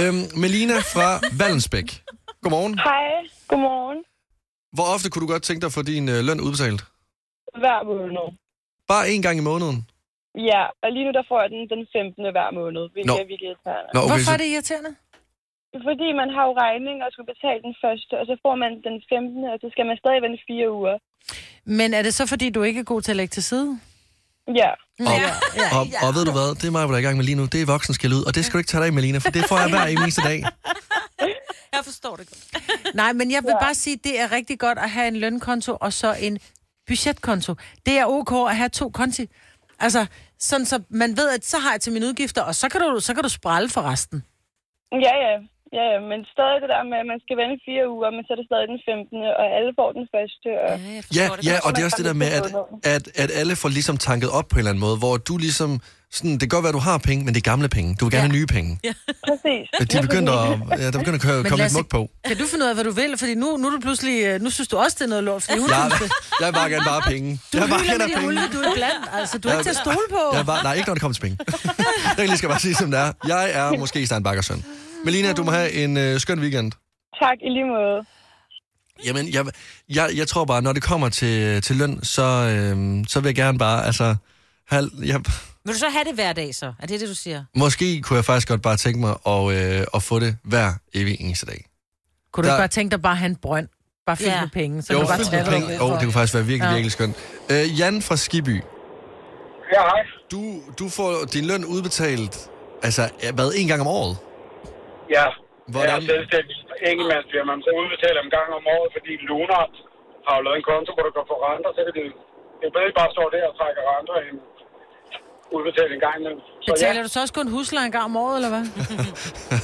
øhm, Melina fra Vallensbæk. Godmorgen. Hej, godmorgen. Hvor ofte kunne du godt tænke dig at få din øh, løn udbetalt? Hver måned. Bare én gang i måneden? Ja, og lige nu der får jeg den den 15. hver måned, hvilket Nå. er virkelig irriterende. Nå, okay, Hvorfor så- er det irriterende? Fordi man har jo regning og skulle betale den første, og så får man den 15. og så skal man stadig vente fire uger. Men er det så, fordi du ikke er god til at lægge til side? Ja. Og, og, og ved du hvad, det er mig, hvor der er i gang med lige nu. Det er voksenskæld ud, og det skal du ikke tage dig af, Melina, for det får jeg hver eneste dag. Jeg forstår det godt. Nej, men jeg vil bare sige, det er rigtig godt at have en lønkonto og så en budgetkonto. Det er ok at have to konti. Altså, sådan så man ved, at så har jeg til mine udgifter, og så kan du, så kan du sprælle for resten. Ja, ja. Ja, ja, men stadig det der med, at man skal vente fire uger, men så er det stadig den 15. og alle får den første. Og... Ja, ja, og det er også det der med, at, at, at alle får ligesom tanket op på en eller anden måde, hvor du ligesom, sådan, det kan godt være, at du har penge, men det er gamle penge. Du vil gerne have nye penge. Ja. Præcis. De er begyndt at, ja, der begynder at køre, Men komme lidt Lasse- mug på. Kan du finde ud af, hvad du vil? Fordi nu, nu, er du pludselig, øh, nu synes du også, det er noget lort, fordi hun Jeg, synes det. jeg vil bare gerne bare have penge. Du jeg vil bare hylder gerne med have din ulve, du er blandt. Altså, du er ikke til at stole på. Jeg var, nej, ikke når det kommer til penge. det skal jeg bare sige, som det er. Jeg er måske Stein Bakkers søn. Melina, du må have en øh, skøn weekend. Tak, i lige måde. Jamen, jeg, jeg, jeg tror bare, når det kommer til, til løn, så, øh, så vil jeg gerne bare, altså, halv, jeg, Vil du så have det hver dag så? Er det det, du siger? måske kunne jeg faktisk godt bare tænke mig at, øh, at få det hver evig eneste dag. Kunne du Der- ikke bare tænke dig bare at have en brønd? Bare fyldt Ja. med penge, så jo, du bare fyldt med tager penge. Åh, det kunne faktisk være virkelig, ja. virkelig skønt. Øh, Jan fra Skiby. Ja, hej. Du, du får din løn udbetalt, altså, hvad, en gang om året? Ja, Hvordan? jeg er selvstændig enkeltmandsfirma, men så udbetaler jeg dem en gang om året, fordi Lunar har jo lavet en konto, hvor du kan få renter, så kan det, det er bedre, at I bare står der og trækker renter end udbetale en gang imellem. Så ja, Betaler du så også kun husleje en gang om året, eller hvad?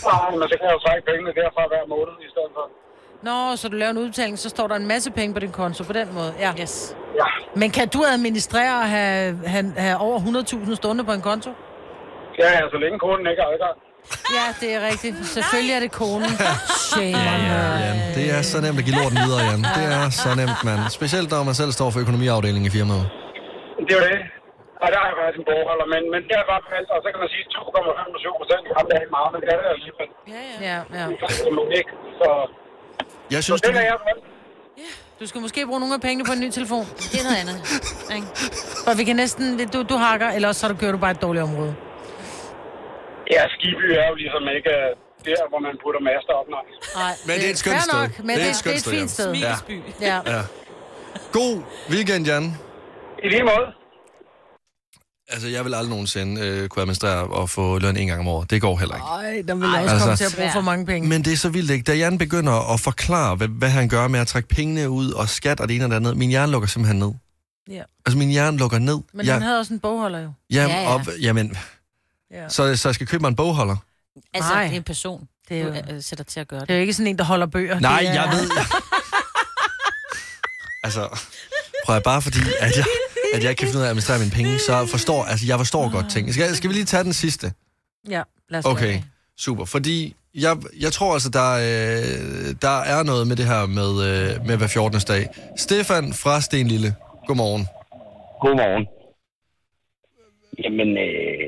nej, men så kan jeg jo trække pengene derfra hver måned i stedet for. Nå, så du laver en udbetaling, så står der en masse penge på din konto på den måde. Ja. Yes. Ja, Men kan du administrere og have, have, have over 100.000 stående på en konto? ja, ja så længe konen ikke har adgang. Ja, det er rigtigt. Selvfølgelig er det konen. Shame on her. Jan, det er så nemt at give lorten videre, Jan. Det er så nemt, mand. Specielt når man selv står for økonomiafdelingen i firmaet. Det er jo det. Og der er jeg faktisk en bogholder, men, men det er bare fald, og så kan man sige 2,5 procent, jamen det er ikke meget, men det er det alligevel. Ja, ja. Ikke? Så, jeg synes, så det er jeg Du skal måske bruge nogle af pengene på en ny telefon. Det er noget andet. ikke? For vi kan næsten... Du, du hakker, eller også så kører du bare et dårligt område. Ja, Skiby er jo ligesom ikke øh, der, hvor man putter master op, nej. Nej, Men det er et skønt fair sted. Nok, men det, det, det er et fint sted. Jan. Ja. Ja. ja. God weekend, Jan. I lige måde. Altså, jeg vil aldrig nogensinde øh, kunne administrere og få løn en gang om året. Det går heller ikke. Ej, der vil jeg også Altså- komme til at bruge for mange penge. Men det er så vildt, ikke? Da Jan begynder at forklare, hvad, hvad han gør med at trække pengene ud og skat og det ene og det andet, min hjerne lukker simpelthen ned. Ja. Altså, min hjerne lukker ned. Men jeg, han havde også en bogholder jo. Jamen, ja, ja. Op, jamen Ja. så, så jeg skal købe mig en bogholder? Altså, Nej. det er en person, det er er jo- du øh, øh, sætter til at gøre det. Det er jo ikke sådan en, der holder bøger. Nej, det er... jeg ved... altså, prøv at bare fordi, at jeg, at jeg ikke kan finde ud af at administrere mine penge, så forstår, altså, jeg forstår godt ting. Skal, skal vi lige tage den sidste? Ja, lad os gøre Okay, det. super. Fordi jeg, jeg tror altså, der, øh, der er noget med det her med, øh, med hver 14. dag. Stefan fra Stenlille. Godmorgen. Godmorgen. Jamen, øh,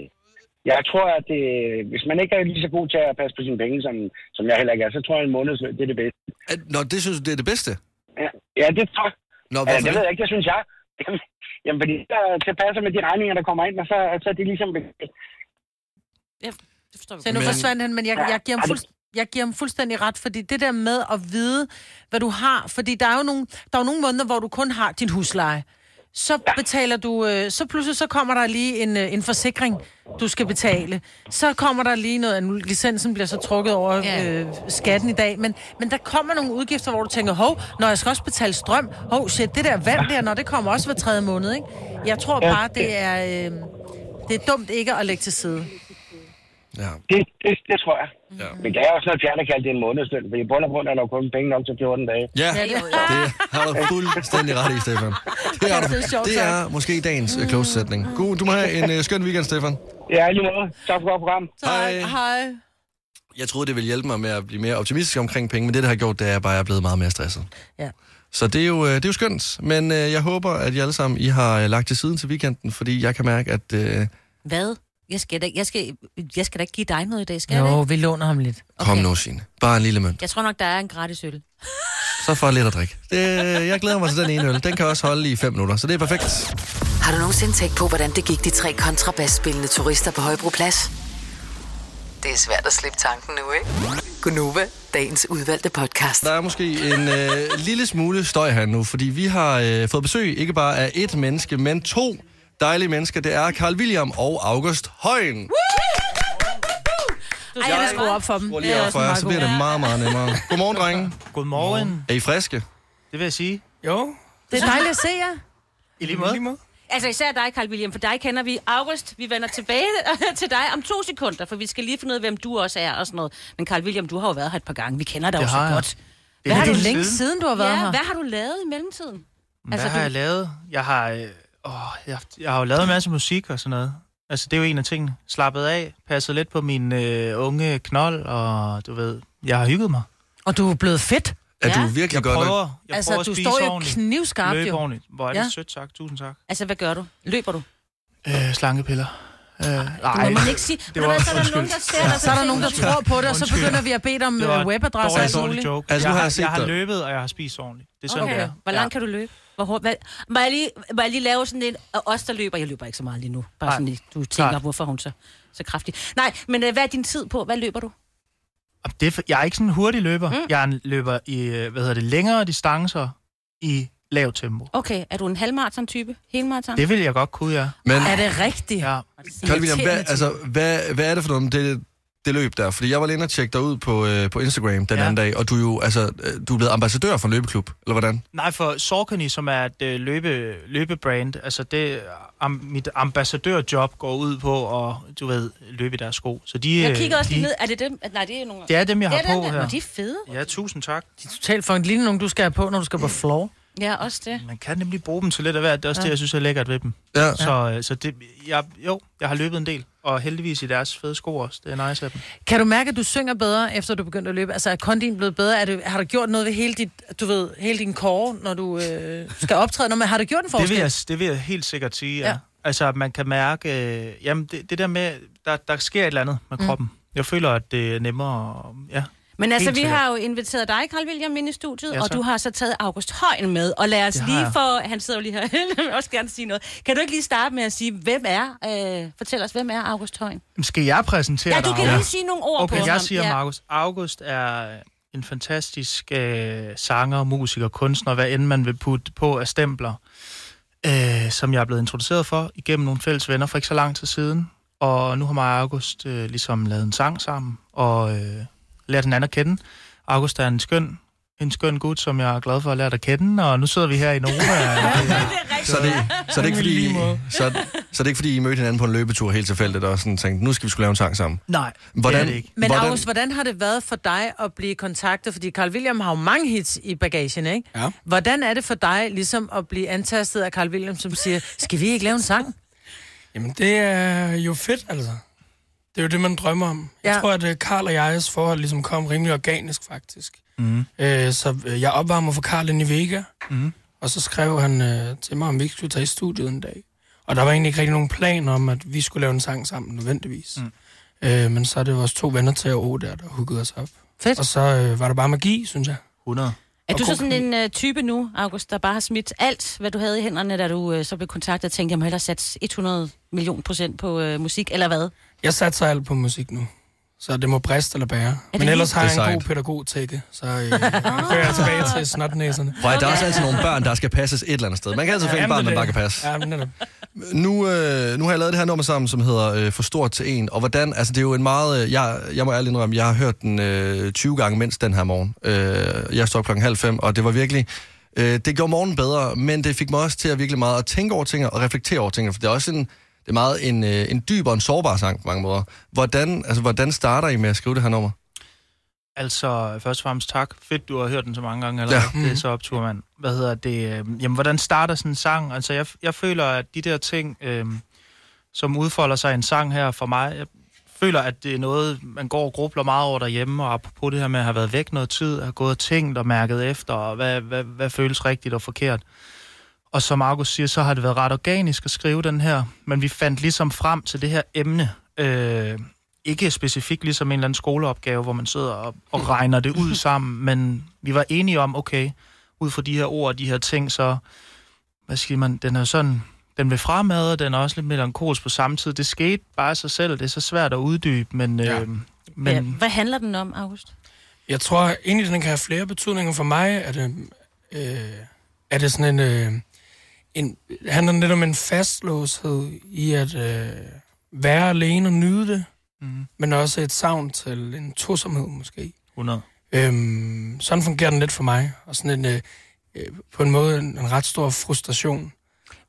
jeg tror, at øh, hvis man ikke er lige så god til at passe på sine penge, som, som jeg heller ikke er, så tror jeg, en måned det er det bedste. At, nå, det synes du, det er det bedste? Ja, ja det tror jeg. Nå, ja, hvorfor det det? ved jeg ikke, det synes jeg. Jamen, jamen fordi der tilpasser med de regninger, der kommer ind, og så, så er det ligesom... Så nu Men- forsvandt han, men jeg, jeg, giver ham fuldst, jeg giver ham fuldstændig ret, fordi det der med at vide, hvad du har, fordi der er jo nogle, der er jo nogle måneder, hvor du kun har din husleje. så betaler du, øh, så pludselig så kommer der lige en, øh, en forsikring, du skal betale. Så kommer der lige noget, nu licensen bliver så trukket over øh, skatten i dag, men, men der kommer nogle udgifter, hvor du tænker, hov, når jeg skal også betale strøm, hov, shit, det der vand der, når det kommer også hver tredje måned, ikke? Jeg tror Ja, bare, det det- er, øh, det er dumt ikke at lægge til side. Ja. Det, det, det tror jeg. Ja. Men der er også noget fjern at kalde det en månedsløn, for i bund og grund er der jo kun penge nok til 14 dage. Ja, det har du fuldstændig ret i, Stefan. Det, har du, det er måske dagens øh, close sætning. God, du må have en øh, skøn weekend, Stefan. Ja, lige måde. Tak for godt program. Hej. Hej. Jeg troede, det ville hjælpe mig med at blive mere optimistisk omkring penge, men det, det har gjort, det er bare, at jeg er blevet meget mere stresset. Ja. Så det er jo, øh, det er jo skønt, men øh, jeg håber, at I alle sammen I har øh, lagt til siden til weekenden, fordi jeg kan mærke, at... Øh, Hvad? Jeg skal, da, jeg, skal, jeg skal da ikke give dig noget i dag, skal jeg Jo, det? vi låner ham lidt. Kom nu, Signe. Bare en lille mønt. Jeg tror nok, der er en gratis øl. Så får jeg lidt at drikke. Det, jeg glæder mig til den ene øl. Den kan også holde i 5 minutter, så det er perfekt. Har du nogensinde tænkt på, hvordan det gik de tre kontrabasspillende turister på Højbroplads? Det er svært at slippe tanken nu, ikke? Gunova, dagens udvalgte podcast. Der er måske en øh, lille smule støj her nu, fordi vi har øh, fået besøg ikke bare af et menneske, men to dejlige mennesker. Det er Carl William og August Højen. Du skal skrue op for dem. Prøv lige op for jer, så bliver det meget, meget nemmere. Godmorgen, drenge. Godmorgen. Er I friske? Det vil jeg sige. Jo. Det er dejligt at se jer. I lige måde. Altså især dig, Carl William, for dig kender vi. August, vi vender tilbage til dig om to sekunder, for vi skal lige finde ud af, hvem du også er og sådan noget. Men Carl William, du har jo været her et par gange. Vi kender dig Det jo så har jeg. godt. Det er har længe du- siden. Siden du har været ja, her. hvad har du lavet i mellemtiden? Hvad altså, har du- du... jeg lavet? Jeg har, øh, åh, jeg, jeg har jo lavet en masse musik og sådan noget. Altså, det er jo en af tingene. Slappet af, passet lidt på min øh, unge knold, og du ved, jeg har hygget mig. Og du er blevet fedt. Er du virkelig jeg godt nok- prøver, jeg Altså, prøver at du spise står jo ordentligt, knivskarpt, løbe jo. ordentligt. Hvor er det Ja. sødt sagt. Tusind tak. Altså, hvad gør du? Løber du? Øh, slankepiller. Øh, må nej, man ikke sige. Ved du hvad, så er der nogen, der ser dig, Så er der nogen, der Undskyld. tror på det, og så Undskyld. begynder vi at bede om Det var øh, en webadresser og dårlig, alt dårlig muligt. joke. Altså, nu jeg, har har, jeg set jeg har dig. løbet, og jeg har spist ordentligt. Det er sådan, det Okay, er. hvor langt kan du løbe? Hvor hurtigt? Hvad, må, jeg lige, må jeg lige lave sådan en, og os der løber, jeg løber ikke så meget lige nu, bare Nej, sådan lige, du tænker, klart. hvorfor er hun så, så kraftig. Nej, men øh, hvad er din tid på? Hvad løber du? Jamen, Det er, for- jeg er ikke sådan en hurtig løber. Mm. Jeg er en løber i, øh, hvad hedder det, længere distancer i lavt tempo. Okay, er du en halvmarathon-type? Helmarathon? Det vil jeg godt kunne, ja. Men Er det rigtigt? Ja. Carl William, hvad, altså, hvad, hvad er det for noget med det, det løb der? Fordi jeg var lige inde og tjekke dig ud på, øh, på Instagram den Ja. anden dag, og du er jo altså, øh, du er blevet ambassadør for en løbeklub, eller hvordan? Nej, for Saucony, som er et øh, løbe, løbebrand, altså det, am, mit ambassadørjob går ud på at, du ved, løbe i deres sko. Så de, Jeg øh, kigger også de, lige ned. Er det dem? Nej, det er nogle... Det er dem, jeg Det har er på dem, her. Nå, de er fede. Ja, tusind tak. Totalt for en lignende nogen, du skal have på, når du skal på floor. Ja, også det. Man kan nemlig bruge dem til lidt af hvert. Det er også Ja. ja. det, jeg synes er lækkert ved dem. Ja. Så, øh, så det, jeg, jo, jeg har løbet en del, og heldigvis i deres fede sko også. Det er nice af dem. Kan du mærke, at du synger bedre, efter du begyndte at løbe? Altså, er kondien blevet bedre? Er det, har du gjort noget ved hele, dit, du ved, hele din kåre, når du øh, skal optræde? Nå, men har du gjort en Det forskel? vil, jeg, det vil jeg helt sikkert sige, ja. Ja. ja. Altså, at man kan mærke... Øh, jamen, det, det der med... Der, der sker et eller andet med Mm. kroppen. Jeg føler, at det er nemmere... Ja. Men altså, Helt vi sikkert. har jo inviteret dig, Carl William, ind i studiet, Ja, og tak. du har så taget August Højen med. Og lad os Det har lige jeg. få... Han sidder jo lige her. Jeg vil også gerne sige noget. Kan du ikke lige starte med at sige, hvem er... Øh, fortæl os, hvem er August Højen? Jamen, Skal jeg præsentere Ja, dig? du kan August? lige sige nogle ord okay, på jeg ham. siger Ja. Markus. August er en fantastisk øh, sanger, musiker, kunstner, hvad end man vil putte på af stempler, øh, som jeg er blevet introduceret for igennem nogle fælles venner for ikke så lang tid siden. Og nu har mig og August øh, ligesom lavet en sang sammen og øh, lært hinanden at kende. August er en skøn, en skøn gut, som jeg er glad for at lære at kende, og nu sidder vi her i Nova. Så det, så, det er ikke, fordi, så, så det er ikke fordi, I mødte hinanden på en løbetur helt tilfældigt, og sådan tænkte, nu skal vi skulle lave en sang sammen. Nej, Hvordan, det er det ikke. Men hvordan, August, hvordan har det været for dig at blive kontaktet? Fordi Carl William har jo mange hits i bagagen, ikke? Ja. Hvordan er det for dig ligesom at blive antastet af Carl William, som siger, skal vi ikke lave en sang? Jamen, det er jo fedt, altså. Det er jo det, man drømmer om. Ja. Jeg tror, at øh, Karl og jegs forhold ligesom kom rimelig organisk, faktisk. Mm. Øh, så øh, jeg opvarmer for Karl inde i Vega, Mm. og så skrev han øh, til mig, om vi ikke skulle tage i studiet en dag. Og der var egentlig ikke rigtig nogen plan om, at vi skulle lave en sang sammen nødvendigvis. Mm. Øh, men så er det vores to venner til og der, der hookede os op. Fedt. Og så øh, var der bare magi, synes jeg. 100. Er Og du så god sådan en øh, type nu, August, der bare har smidt alt, hvad du havde i hænderne, da du øh, så blev kontaktet og tænkte, jeg må hellere sætte 100 million procent på øh, musik, eller hvad? Jeg satser alt på musik nu. Så det må briste eller bære. det Men ellers lige- har Det er jeg en sejt. god pædagog tække, så øh, jeg kører tilbage til snotnæserne. Prøv, at der er også altid nogle børn, der skal passes et eller andet sted. Man kan altid finde et Jamen, barn, det man er bare kan det. passe. Jamen, netop. Nu, øh, nu har jeg lavet det her nummer sammen, som hedder øh, For stort til en. Og hvordan, altså det er jo en meget, øh, jeg, jeg må ærligt indrømme, jeg har hørt den øh, 20 gange mindst den her morgen. Øh, jeg stod op klokken halv fem, og det var virkelig, øh, det gjorde morgenen bedre, men det fik mig også til at virkelig meget at tænke over ting og reflektere over ting. For det er også en, det er meget en, øh, en dyb og en sårbar sang på mange måder. Hvordan, altså, hvordan starter I med at skrive det her nummer? Altså, først og fremmest tak. Fedt, du har hørt den så mange gange, eller Ja. ja. det er så optur, mand. Hvad hedder det? øh, Jamen, hvordan starter sådan en sang? Altså, jeg, jeg føler, at de der ting, øh, som udfolder sig i en sang her for mig, jeg føler, at det er noget, man går og grubler meget over derhjemme, og apropos det her med at have været væk noget tid, have gået og tænkt og mærket efter, og hvad, hvad, hvad føles rigtigt og forkert. Og som Markus siger, så har det været ret organisk at skrive den her, men vi fandt ligesom frem til det her emne. Øh, ikke specifikt ligesom en eller anden skoleopgave, hvor man sidder og, og regner det ud sammen, men vi var enige om, okay, ud fra de her ord og de her ting, så, hvad siger man, den er sådan, den vil fremad, og den er også lidt melankolsk på samme tid. Det skete bare af sig selv, det er så svært at uddybe, men... Ja. Øh, men Ja, hvad handler den om, August? Jeg tror egentlig, den kan have flere betydninger for mig. Er det, øh, er det sådan en, øh, en... Handler den lidt om en fastlåshed i at øh, være alene og nyde det, mm. men også et savn til en tosomhed måske. 100. Øhm, sådan fungerer den lidt for mig, og sådan en, øh, øh, på en måde en, en ret stor frustration.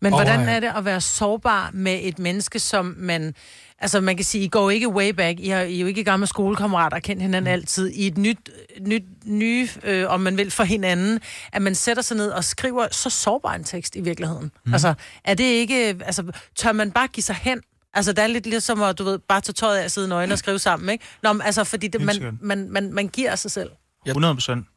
Men over, hvordan at- er det at være sårbar med et menneske, som man... Altså, man kan sige, I går ikke way back. I, har, I er jo ikke gamle skolekammerater og kendt hinanden Mm. altid. I er et nyt, nyt nye, øh, om man vil, for hinanden, at man sætter sig ned og skriver så sårbar en tekst i virkeligheden. Mm. Mhm. Altså, er det ikke... Altså, tør man bare give sig hen? Altså, det er lidt ligesom at, du ved, bare tage tøjet af og sidde nøgen og skrive sammen, ikke? Nå, men altså, fordi det, Helt man, sikkert. man, man, man giver af sig selv. 100 procent.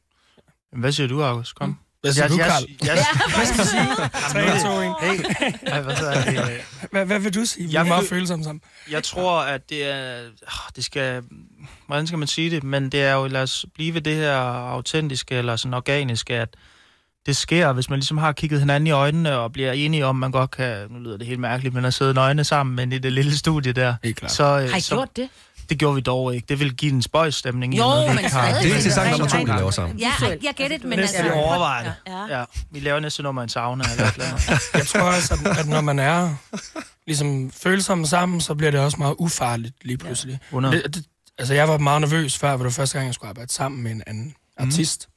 Hvad siger du, August? Kom. Hvad siger Jeg- du, jeg- Carl? jeg- Hvad skal du sige? Jamen, Tre, to, en. Hey. Ej, hvad hedder det? Hvad, hvad vil du sige? Vi er Jeg meget vil- følsomme sammen. Jeg tror, at det er... ah, Det skal... Hvordan skal man sige det? Men det er jo, lad os blive ved det her autentiske eller sådan organiske, at det sker, hvis man ligesom har kigget hinanden i øjnene og bliver enige om, man godt kan... Nu lyder det helt mærkeligt, men at sidde nøgne sammen, men i det lille studie der. Så, øh, Har I så, gjort det? Det gjorde vi dog ikke. Det ville give en spøjstemning. i Jo, og med, at vi men ikke har- stadig. Det er til sang nummer to, vi laver sammen. Ja, jeg gætter det, men Næste, altså- vi overvejer det. Ja. Ja. ja. Vi laver næste nummer i en sauna eller et eller andet. Jeg tror også, at, at når man er ligesom følsomme sammen, så bliver det også meget ufarligt lige pludselig. Ja. 100. Det, det, altså, jeg var meget nervøs før, hvor det var første gang, jeg skulle arbejde sammen med en anden Mhm. mm. artist.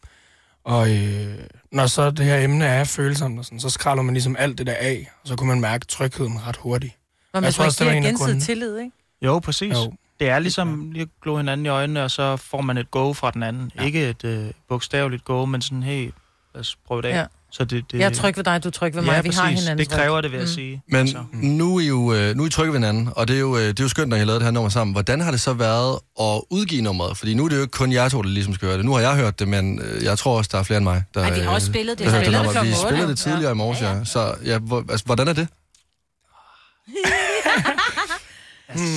Og øh, når så det her emne er følsomt, og sådan, så skralder man ligesom alt det der af, og så kunne man mærke trygheden ret hurtigt. Når man, man giver gensidig tillid, ikke? Jo, præcis. Jo. Det er ligesom lige at glo hinanden i øjnene, og så får man et go fra den anden. Ja. Ikke et øh, bogstaveligt go, men sådan, hey, lad os prøve det af. Ja. Ja. Så det, det, Jeg er tryg ved dig, du er tryg ved mig. Ja, Vi har præcis. hinandens Det kræver ryg. det, vil jeg Mm. mm. sige. Men nu er I jo øh, nu er I trygge ved hinanden, og det er, jo, øh, det er jo skønt, når I har lavet det her nummer sammen. Hvordan har det så været at udgive nummeret? Fordi nu er det jo ikke kun jer to, der ligesom skal høre det. Nu har jeg hørt det, men øh, jeg tror også, der er flere end mig, der, Ej, vi har øh, også spillet det. der Vi hørte spillede nummer. det klokken Vi otte, spillede jo. det tidligere i morges, ja. ja. Så ja, hvor, altså, hvordan er det?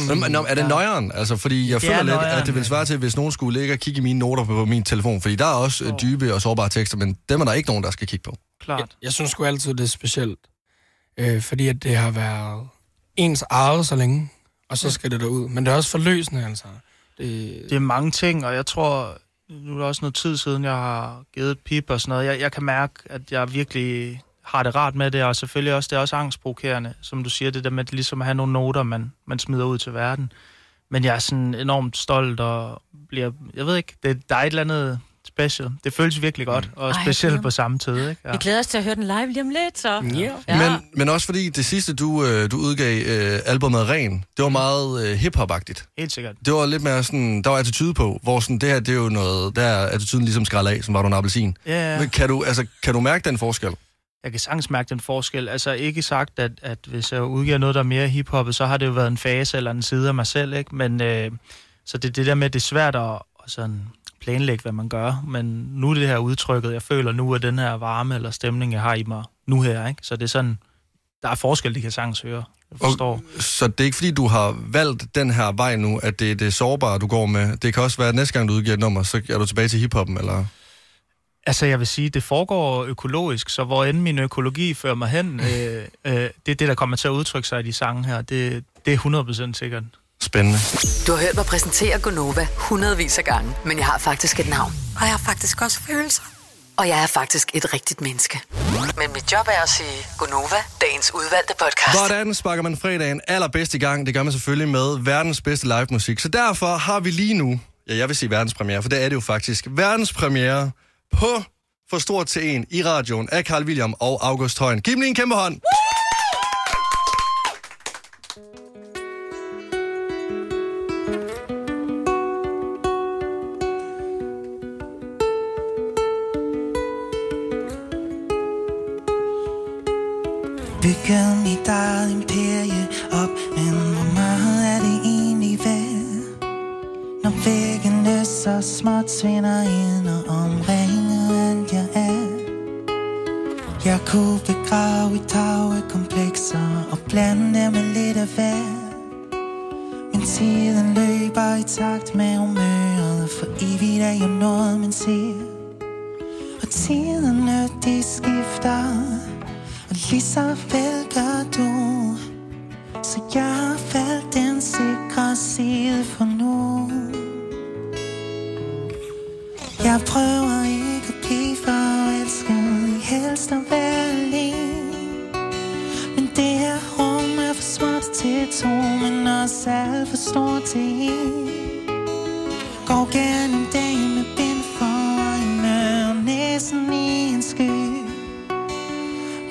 Hmm. Nå, er det nøjeren? Altså, fordi jeg Det føler er lidt, nøjeren, at det vil svare til, hvis nogen skulle ligge og kigge i mine noter på min telefon. Fordi der er også øh, dybe og sårbare tekster, men dem er der ikke nogen, der skal kigge på. Klart. Jeg, jeg synes sgu altid, det er specielt. Øh, fordi at det har været ens eget så længe, og så skal det derud. Men det er også forløsende, altså. Det, det er mange ting, og jeg tror, nu er der også noget tid siden, jeg har givet et pip og sådan noget. Jeg, jeg kan mærke, at jeg virkelig har det rart med det, og selvfølgelig også, det er også angstprovokerende, som du siger, det der med at ligesom at have nogle noter, man, man smider ud til verden. Men jeg er sådan enormt stolt og bliver, jeg ved ikke, det, der er et eller andet special. Det føles virkelig godt, Mm. og Ej, specielt glæder på samme tid, ikke? Vi glæder os til at høre den live lige om lidt, så. Ja. Ja. Men, men også fordi det sidste, du, øh, du udgav øh, albumet Ren, det var meget øh, hiphop-agtigt. Helt sikkert. Det var lidt mere sådan, der var attitude på, hvor sådan, det her, det er jo noget, der er attituden ligesom skraldet af, som var du en appelsin. Ja, ja. Men kan du, altså, kan du mærke den forskel? jeg kan sagtens mærke den forskel. Altså ikke sagt, at, at hvis jeg udgiver noget, der er mere hiphoppet, så har det jo været en fase eller en side af mig selv, ikke? Men øh, så det er det der med, at det er svært at, at sådan planlægge, hvad man gør. Men nu er det her udtrykket, jeg føler nu er den her varme eller stemning, jeg har i mig nu her, ikke? Så det er sådan, der er forskel, de kan sagtens høre. Jeg forstår. Og... Så det er ikke fordi, du har valgt den her vej nu, at det er det sårbare, du går med. Det kan også være, at næste gang, du udgiver et nummer, så er du tilbage til hiphoppen, eller... Altså jeg vil sige, det foregår økologisk, så hvor end min økologi fører mig hen, øh, øh, det er det, der kommer til at udtrykke sig i de sange her. Det, det er 100% sikkert. Spændende. Du har hørt mig præsentere Gonova hundredvis af gange, men jeg har faktisk et navn. Og jeg har faktisk også følelser. Og jeg er faktisk et rigtigt menneske. Men mit job er at sige Gonova, dagens udvalgte podcast. Altså- Hvordan sparker man fredagen allerbedst i gang? Det gør man selvfølgelig med verdens bedste live musik. Så derfor har vi lige nu, ja, jeg vil sige verdenspremiere, for det er det jo faktisk, verdenspremiere på For Stort til En i radioen af Carl William og August Højen. Giv dem lige en kæmpe hånd. Bygget mit eget imperie op Men hvor meget er det egentlig værd Når væggene så småt svinder ind Og omringet alt jeg er Jeg kunne begrave i tagre komplekser Og blande dem med lidt af hver Men tiden løber i takt med humøret For evigt er jo noget man ser Og tiderne de skifter og lige så vel gør du Så jeg har valgt den sikre side for nu Jeg prøver ikke at blive forelsket Helst at være alene Men det her rum er for småt til to Men også alt for stort til en Går gennem dagen med bind for øjnene Og næsen i en sky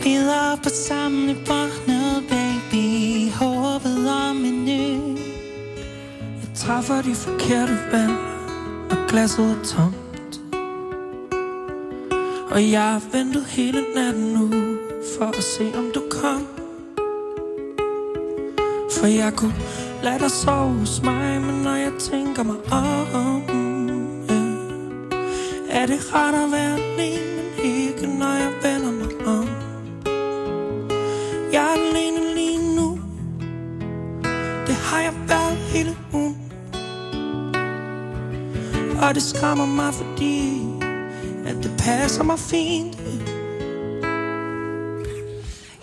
Bider op og samle båndet, baby Håbet om en ny Jeg træffer de forkerte valg Og glasset er tomt Og jeg har ventet hele natten nu For at se om du kom For jeg kunne lade dig sove hos mig Men når jeg tænker mig om øh, Er det rart at være alene Men ikke når jeg vender mig om jeg er alene lige nu Det har jeg været hele ugen Og det skræmmer mig fordi At det passer mig fint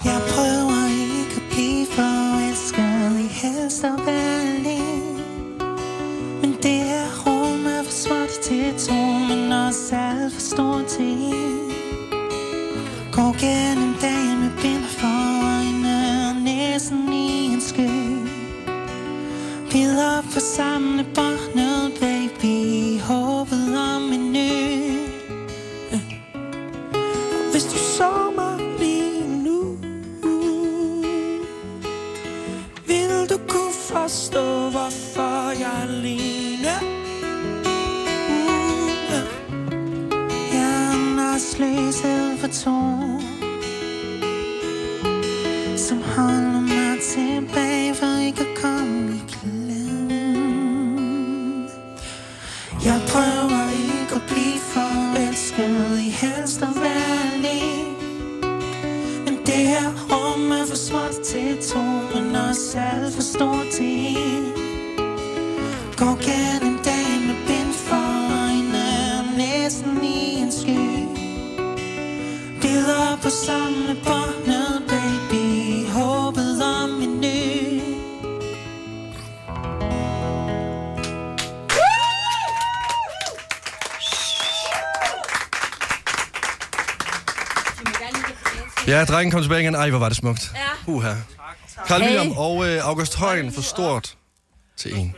Jeg prøver ikke at blive forelsket i helst at være alene Men det her rum er for småt til to Men også alt for stort til en Går gennem dagen med bind for øjnene og næsen i en sky Bider op for samle båndet, baby Håbet om en ny Hvis du så mig lige nu Vil du kunne forstå hvorfor jeg er alene Hjerners løshed for to Som holder mig tilbage for ikke at komme i klemme Jeg prøver ikke at blive forelsket i helst at være alene Men det her rum er for småt til to Men også alt for stort til en Går gennem dagen med bind for øjne og Næsten i en sky Bider op og samle båndet, baby Håbet om en ny Ja, drengen kom tilbage igen. Ej, hvor var det smukt. Ja. Uha. Carl William og øh, August Højen for stort til en.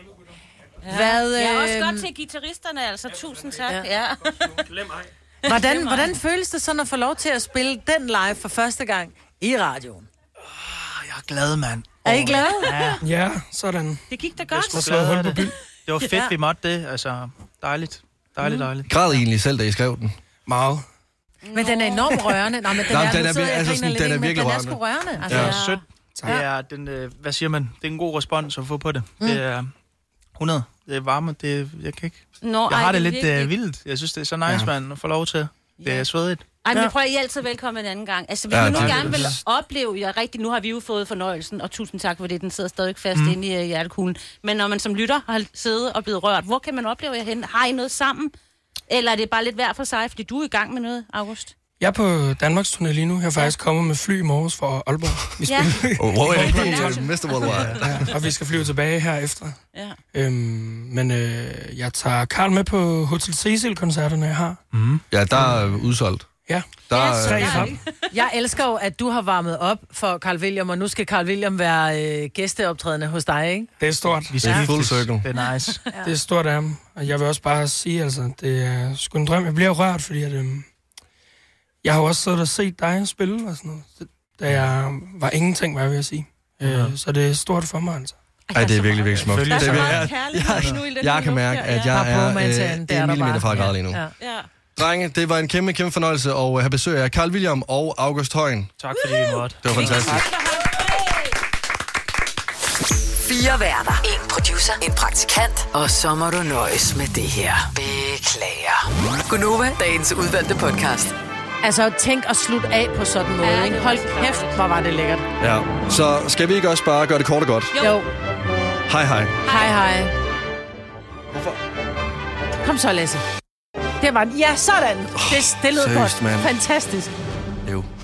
Ja. Hvad, Jeg er også øhm, godt til guitaristerne, altså. Tusind tak. Ja. Hvordan, hvordan føles det så at få lov til at spille den live for første gang i radioen? Jeg er glad, mand. Er I glade? Ja, sådan. Det gik da Jeg godt. skulle have slået hul på byen. Det var fedt, Ja. ja. vi måtte det. Altså, dejligt. Dejligt, Mm. dejligt. Græd I egentlig selv, da I skrev den? Meget. Men den er enormt rørende. Nå, men den, Nå, er, men den nu er sidder vir- jeg og altså griner sådan, lidt, den er men virkelig den er sgu rørende. rørende. Altså, Altså, ja. sødt. Det er, den, øh, hvad siger man? Det er en god respons at få på det. Mm. Mm. Det er 100. Det er varme. Det er, jeg kan ikke. Nå, jeg har ej, det det er lidt virkelig- øh, vildt. Jeg synes, det er så nice, ja. mand, at få lov til. Det er svedigt. Ej, men prøv at I er altid velkommen en anden gang. Altså, hvis Ja, ja, nu tak. gerne vil opleve, ja, rigtig, nu har vi jo fået fornøjelsen, og tusind tak for det, den sidder stadig fast mm. Mm. inde i øh, hjertekuglen. Men når man som lytter har siddet og blevet rørt, hvor kan man opleve jer hen? Har I noget sammen? Eller er det bare lidt værd for sig, fordi du er i gang med noget, August? Jeg er på Danmarks turné lige nu. Jeg er faktisk kommet med fly i morges fra Aalborg. Vi Ja. Oh, wow, er det Aalborg ikke International. Mr. Worldwide? Ja, og vi skal flyve tilbage herefter. Ja. Øhm, men øh, jeg tager Karl med på Hotel Cecil-koncerterne, jeg har. Mm. Ja, der er udsolgt. Ja. Der Ja, så er, er I frem. Jeg elsker jo, at du har varmet op for Carl William, og nu skal Carl William være øh, gæsteoptrædende hos dig, ikke? Det er stort. Vi skal Ja. full circle. Det er nice. Det er stort af ham. Og jeg vil også bare sige, altså, det er sgu en drøm. Jeg bliver rørt, fordi at, øhm, jeg har jo også siddet og set dig spille og sådan noget. Så, Da jeg var ingenting, var jeg ved at sige. Øh, så det er stort for mig, altså. Ej, det er virkelig, virkelig smukt. Der er så det meget jeg- kærlighed jeg, nu i den jeg, her jeg kan luft mærke, her, at ja. jeg Der er er, bromantaen, øh, det er en der millimeter bare. fra grad Ja, lige nu. ja. Drenge, det var en kæmpe, kæmpe fornøjelse, og øh, her besøger jeg Carl William og August Højen. Tak fordi I måtte. Det var fantastisk. Fire værter. En producer. En praktikant. Og så må du nøjes med det her. Beklager. Gunova, dagens udvalgte podcast. Altså, tænk at slutte af på sådan en måde, ikke? Hold kæft, hvor var det lækkert. Ja. Så skal vi ikke også bare gøre det kort og godt? Jo. jo. Hej hej. Hej, hej. Hvorfor? Kom så, Lasse. Det var... Ja, sådan. Det, det lød Seriøst, godt. mand. Fantastisk. Jo.